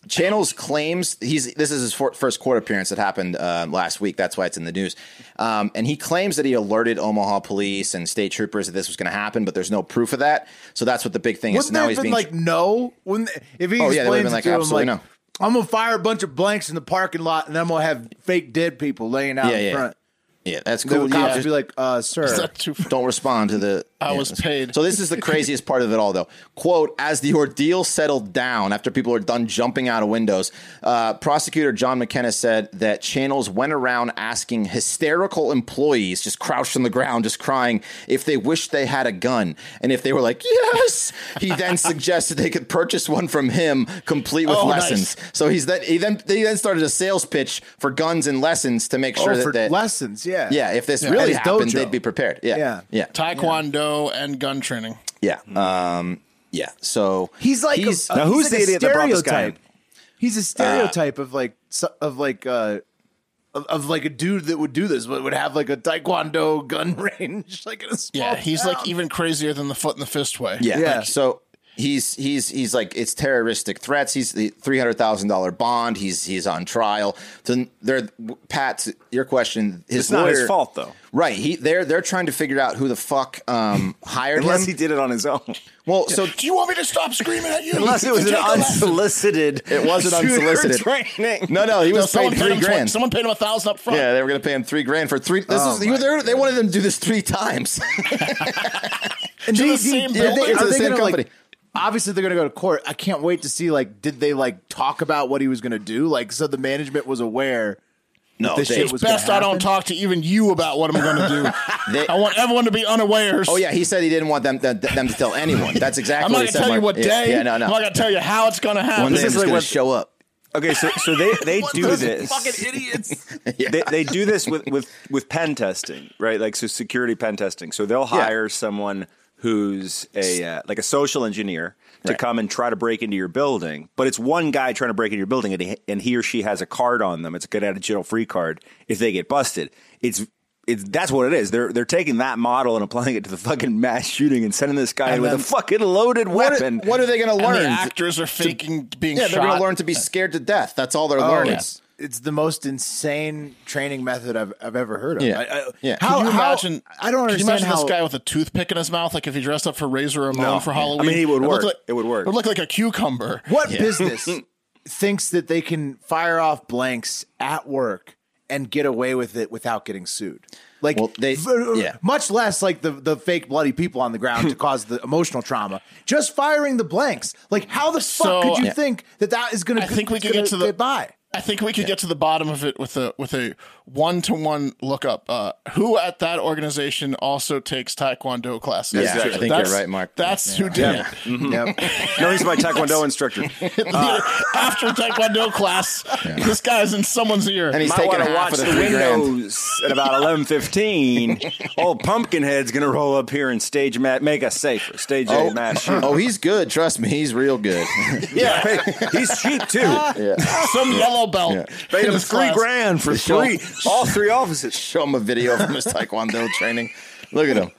Channels claims he's this is his for, first court appearance that happened uh, last week. That's why it's in the news. Um, and he claims that he alerted Omaha police and state troopers that this was going to happen, but there's no proof of that. So that's what the big thing is. Wouldn't So now they he's have been being like, no? Wouldn't if he Oh, yeah, they explains would've been it like, to him, absolutely like, I'm gonna fire a bunch of blanks in the parking lot, and I'm gonna have fake dead people laying out Yeah, in yeah. front. yeah, that's The cool. cops Yeah, would be like, uh, sir, That's too don't respond to the. I was paid. So this *laughs* is the craziest part of it all, though. Quote: As the ordeal settled down after people are done jumping out of windows, uh, prosecutor John McKenna said that Channels went around asking hysterical employees, just crouched on the ground, just crying, if they wished they had a gun, and if they were like, "Yes," he *laughs* then suggested they could purchase one from him, complete with Oh, nice. lessons. So he's that he then they then started a sales pitch for guns and lessons to make sure oh, that, for that lessons, yeah, yeah, if this Yeah. really At his happened, dojo. they'd be prepared. Yeah. Yeah, *laughs* yeah, Taekwondo and gun training. yeah, Um, yeah. So he's like, he's, a, Now, he's who's like the a idiot that brought this guy stereotype. He's a Ah. stereotype of like so- of like uh of, of like a dude that would do this, but would have like a taekwondo gun *laughs* range, like in a small Yeah, he's town. like even crazier than the foot in the fist way. yeah. yeah. So he's he's he's like it's terroristic threats. He's the three hundred thousand dollar bond. He's he's on trial. Then they're Pat. Your question. His It's not his lawyer- fault, though. Right. He they're they're trying to figure out who the fuck um, hired Unless him. he did it on his own. Well, so Do you want me to stop screaming at you? Unless *laughs* it was an Take a left. unsolicited. it wasn't shooter unsolicited training. No, no, *laughs* he No, was someone paid three him grand. 20 someone paid him a thousand up front. Yeah, they were going to pay him three grand for three. This Oh is you my they were- they wanted them to do this three times. And To do you- the do you- same are building? they- are To the they same gonna, like- company. obviously, they're going to go to court. I can't wait to see like did they like talk about what he was going to do? Like, so the management was aware. no, This *laughs* they- shit Oh, It's was best gonna I don't happen? talk to even you about what I'm going to *laughs* do. They- I want everyone to be unawares. oh yeah, he said he didn't want them them, them to *laughs* tell anyone. That's exactly. I'm not what gonna he said, tell you Mark. what day. Yeah, yeah, no, no. I'm not gonna tell you how it's gonna happen. One day This I'm is just like going what- to show up. Okay, so so they they do this. *laughs* idiots. They, they do this with with with pen testing, right? Like so, security pen testing. So they'll hire someone who's a uh, like a social engineer to come and try to break into your building. But it's one guy trying to break into your building, and he, and he or she has a card on them. It's a good out of jail free card. If they get busted, it's. It's, that's what it is. They're they're taking that model and applying it to the fucking mass shooting and sending this guy in with a fucking loaded What, weapon. what are they going to And learn? the actors are faking being yeah, they're shot. going to learn to be scared to death. That's all they're Oh, learning. it's, it's the most insane training method I've, I've ever heard of. Yeah. I, I- Yeah. How, Could you how- imagine? I don't could you understand imagine how this guy with a toothpick in his mouth, like if he dressed up for Razor Ramon No. for I Halloween. mean, he would look work. like- It would work. It would look like a cucumber. What *laughs* business thinks that they can fire off blanks at work and get away with it without getting sued? Like Well, they- v- uh, yeah. much less like the the fake bloody people on the *laughs* ground to cause the emotional trauma. Just firing the blanks. Like how the So- fuck could you Yeah. think that that is going I to think we could get to the by? I think we could get to the bottom of it with a with a one to one lookup. Uh, who at that organization also takes Taekwondo classes? Yeah, I think you're That's- right, Mark. That's who did it. *laughs* no, he's my Taekwondo *laughs* instructor. After Taekwondo class, this guy's in someone's ear. And he's Might taking want to half watch of the, the three grand. windows at about eleven *laughs* fifteen. Old Pumpkinhead's gonna roll up here and stage ma- make us safer. Stage a *laughs* mass shooting. *laughs* oh, he's good. Trust me, he's real good. *laughs* yeah, hey, he's cheap *laughs* too. some yellow belt. Paid in him his three class. grand for Show- three, all three offices. Show him a video from his *laughs* Taekwondo training. Look at him.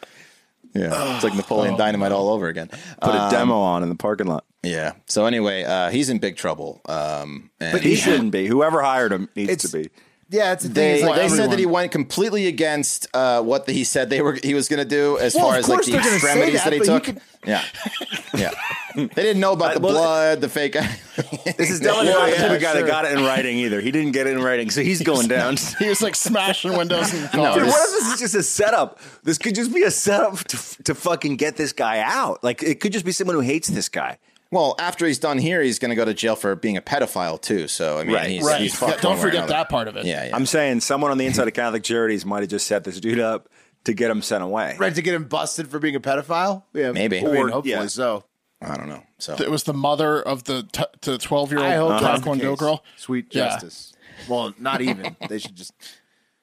Yeah, it's like Napoleon Dynamite all over again. Uh, Put a Um, demo on in the parking lot. Yeah. So anyway, uh, he's in big trouble. Um, and But he shouldn't be. Whoever hired him needs It's- to be. Yeah, it's a thing. they It's like- they said everyone. that he went completely against uh, what he said they were he was going to do as Well, far of as like course the they're gonna say extremities that, that, he but you took. could- Yeah, yeah. They didn't know about the well, blood, the fake. *laughs* This is *laughs* definitely not the yeah, type of guy sure. that got it in writing either. He didn't get it in writing, so he's going *laughs* down. He was like smashing windows *laughs* and cars. Dude, what if this is just a setup? This could just be a setup to, to fucking get this guy out. Like it could just be someone who hates this guy. well, after he's done here, he's going to go to jail for being a pedophile too. So I mean, Right, he's, right. he's Yeah, fucked don't one way or forget another. that part of it. Yeah, yeah. I'm saying someone on the inside of Catholic Charities might have just set this dude up to get him sent away. right to get him busted for being a pedophile. Yeah, Maybe. I mean, Or- hopefully yeah. so. I don't know. So It was the mother of the t- the twelve year I old hope that's the Taekwondo case. girl. Sweet Yeah. justice. Well, not even. They should just.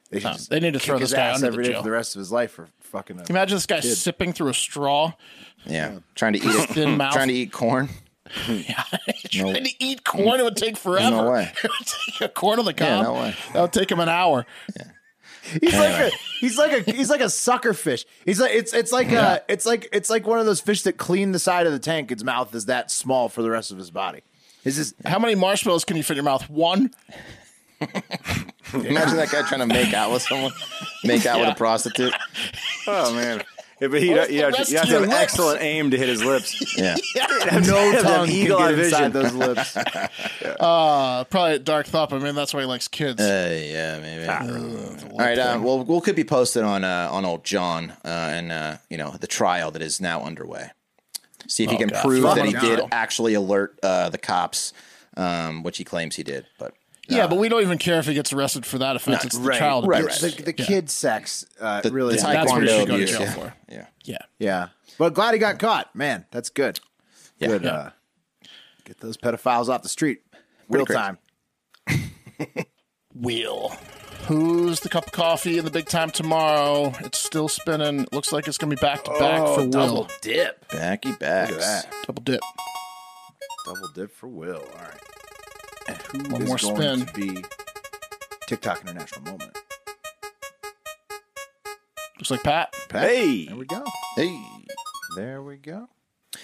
They, should No, just they need to kick throw his this guy ass under the every day jail. for the rest of his life for fucking. Up. Imagine this guy sipping through a straw, yeah, trying to eat it, Thin mouth. trying to eat corn. *laughs* trying to eat corn. It would take forever. No way. *laughs* It would take a corn on the cob. Yeah, no way. That would take him an hour. He's like a he's like a he's like a sucker fish. He's like it's it's like a it's like it's like one of those fish that clean the side of the tank. Its mouth is that small for the rest of his body. Is this How many marshmallows can you fit in your mouth? One. Imagine that guy trying to make out with someone, make out with a prostitute. *laughs* Oh man. Yeah, but he, Where's you the have, rest to- you have to have of your an lips? excellent aim to hit his lips. Yeah. *laughs* *laughs* no tongue can eagle get eye inside *laughs* vision. those lips? Uh, probably a dark thought, but maybe that's why he likes kids. Uh, yeah, maybe. Ah, All right. Uh, well, we'll could be posted on uh, on old John uh, and uh, you know the trial that is now underway. See if he can Oh, God. prove Fuck that he no. did actually alert uh, the cops, um, which he claims he did. But uh, yeah, but we don't even care if he gets arrested for that offense. it's the child right, abuse. The, the kid sex uh, the, really the That's what he taekwondo should go to abuse. jail yeah. for. yeah. Yeah. Yeah, but glad he got caught. Man, that's good. Yeah. Good. Yeah. Uh, get those pedophiles off the street. Real crazy. time. wheel. Who's the cup of coffee in the big time tomorrow? It's still spinning. Looks like it's going to be back to back for Will. Double, Oh, dip. Backy backs. Look at that. dip. Double dip for Will. All right. And who One is more going spin. to be TikTok International Moment? Looks like Pat. Pat, Hey. There we go. Hey. There we go. All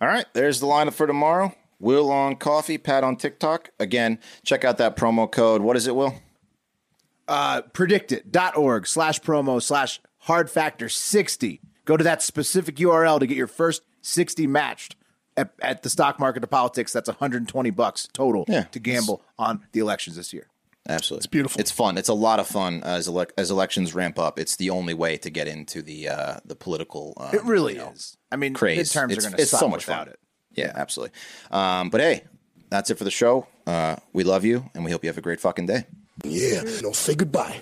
All right, there's the lineup for tomorrow. Will on coffee, Pat on TikTok. Again, check out that promo code. What is it, Will? uh, predictit.org slash promo slash hard factor 60. Go to that specific URL to get your first 60 matched at, at the stock market of politics. That's 120 bucks total Yeah. to gamble on the elections this year. Absolutely, it's beautiful. It's fun. It's a lot of fun as elec as elections ramp up. It's the only way to get into the uh, the political. Um, it really is. I mean, craze. midterms it's, are going to it's suck so much without fun. it. Yeah, absolutely. Um, but hey, that's it for the show. Uh, we love you, and we hope you have a great fucking day. Yeah. No, say goodbye.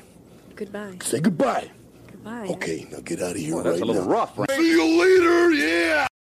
Goodbye. Say goodbye. Goodbye. Okay, now get out of here Boy, that's right a little now. rough, right? See you later. Yeah.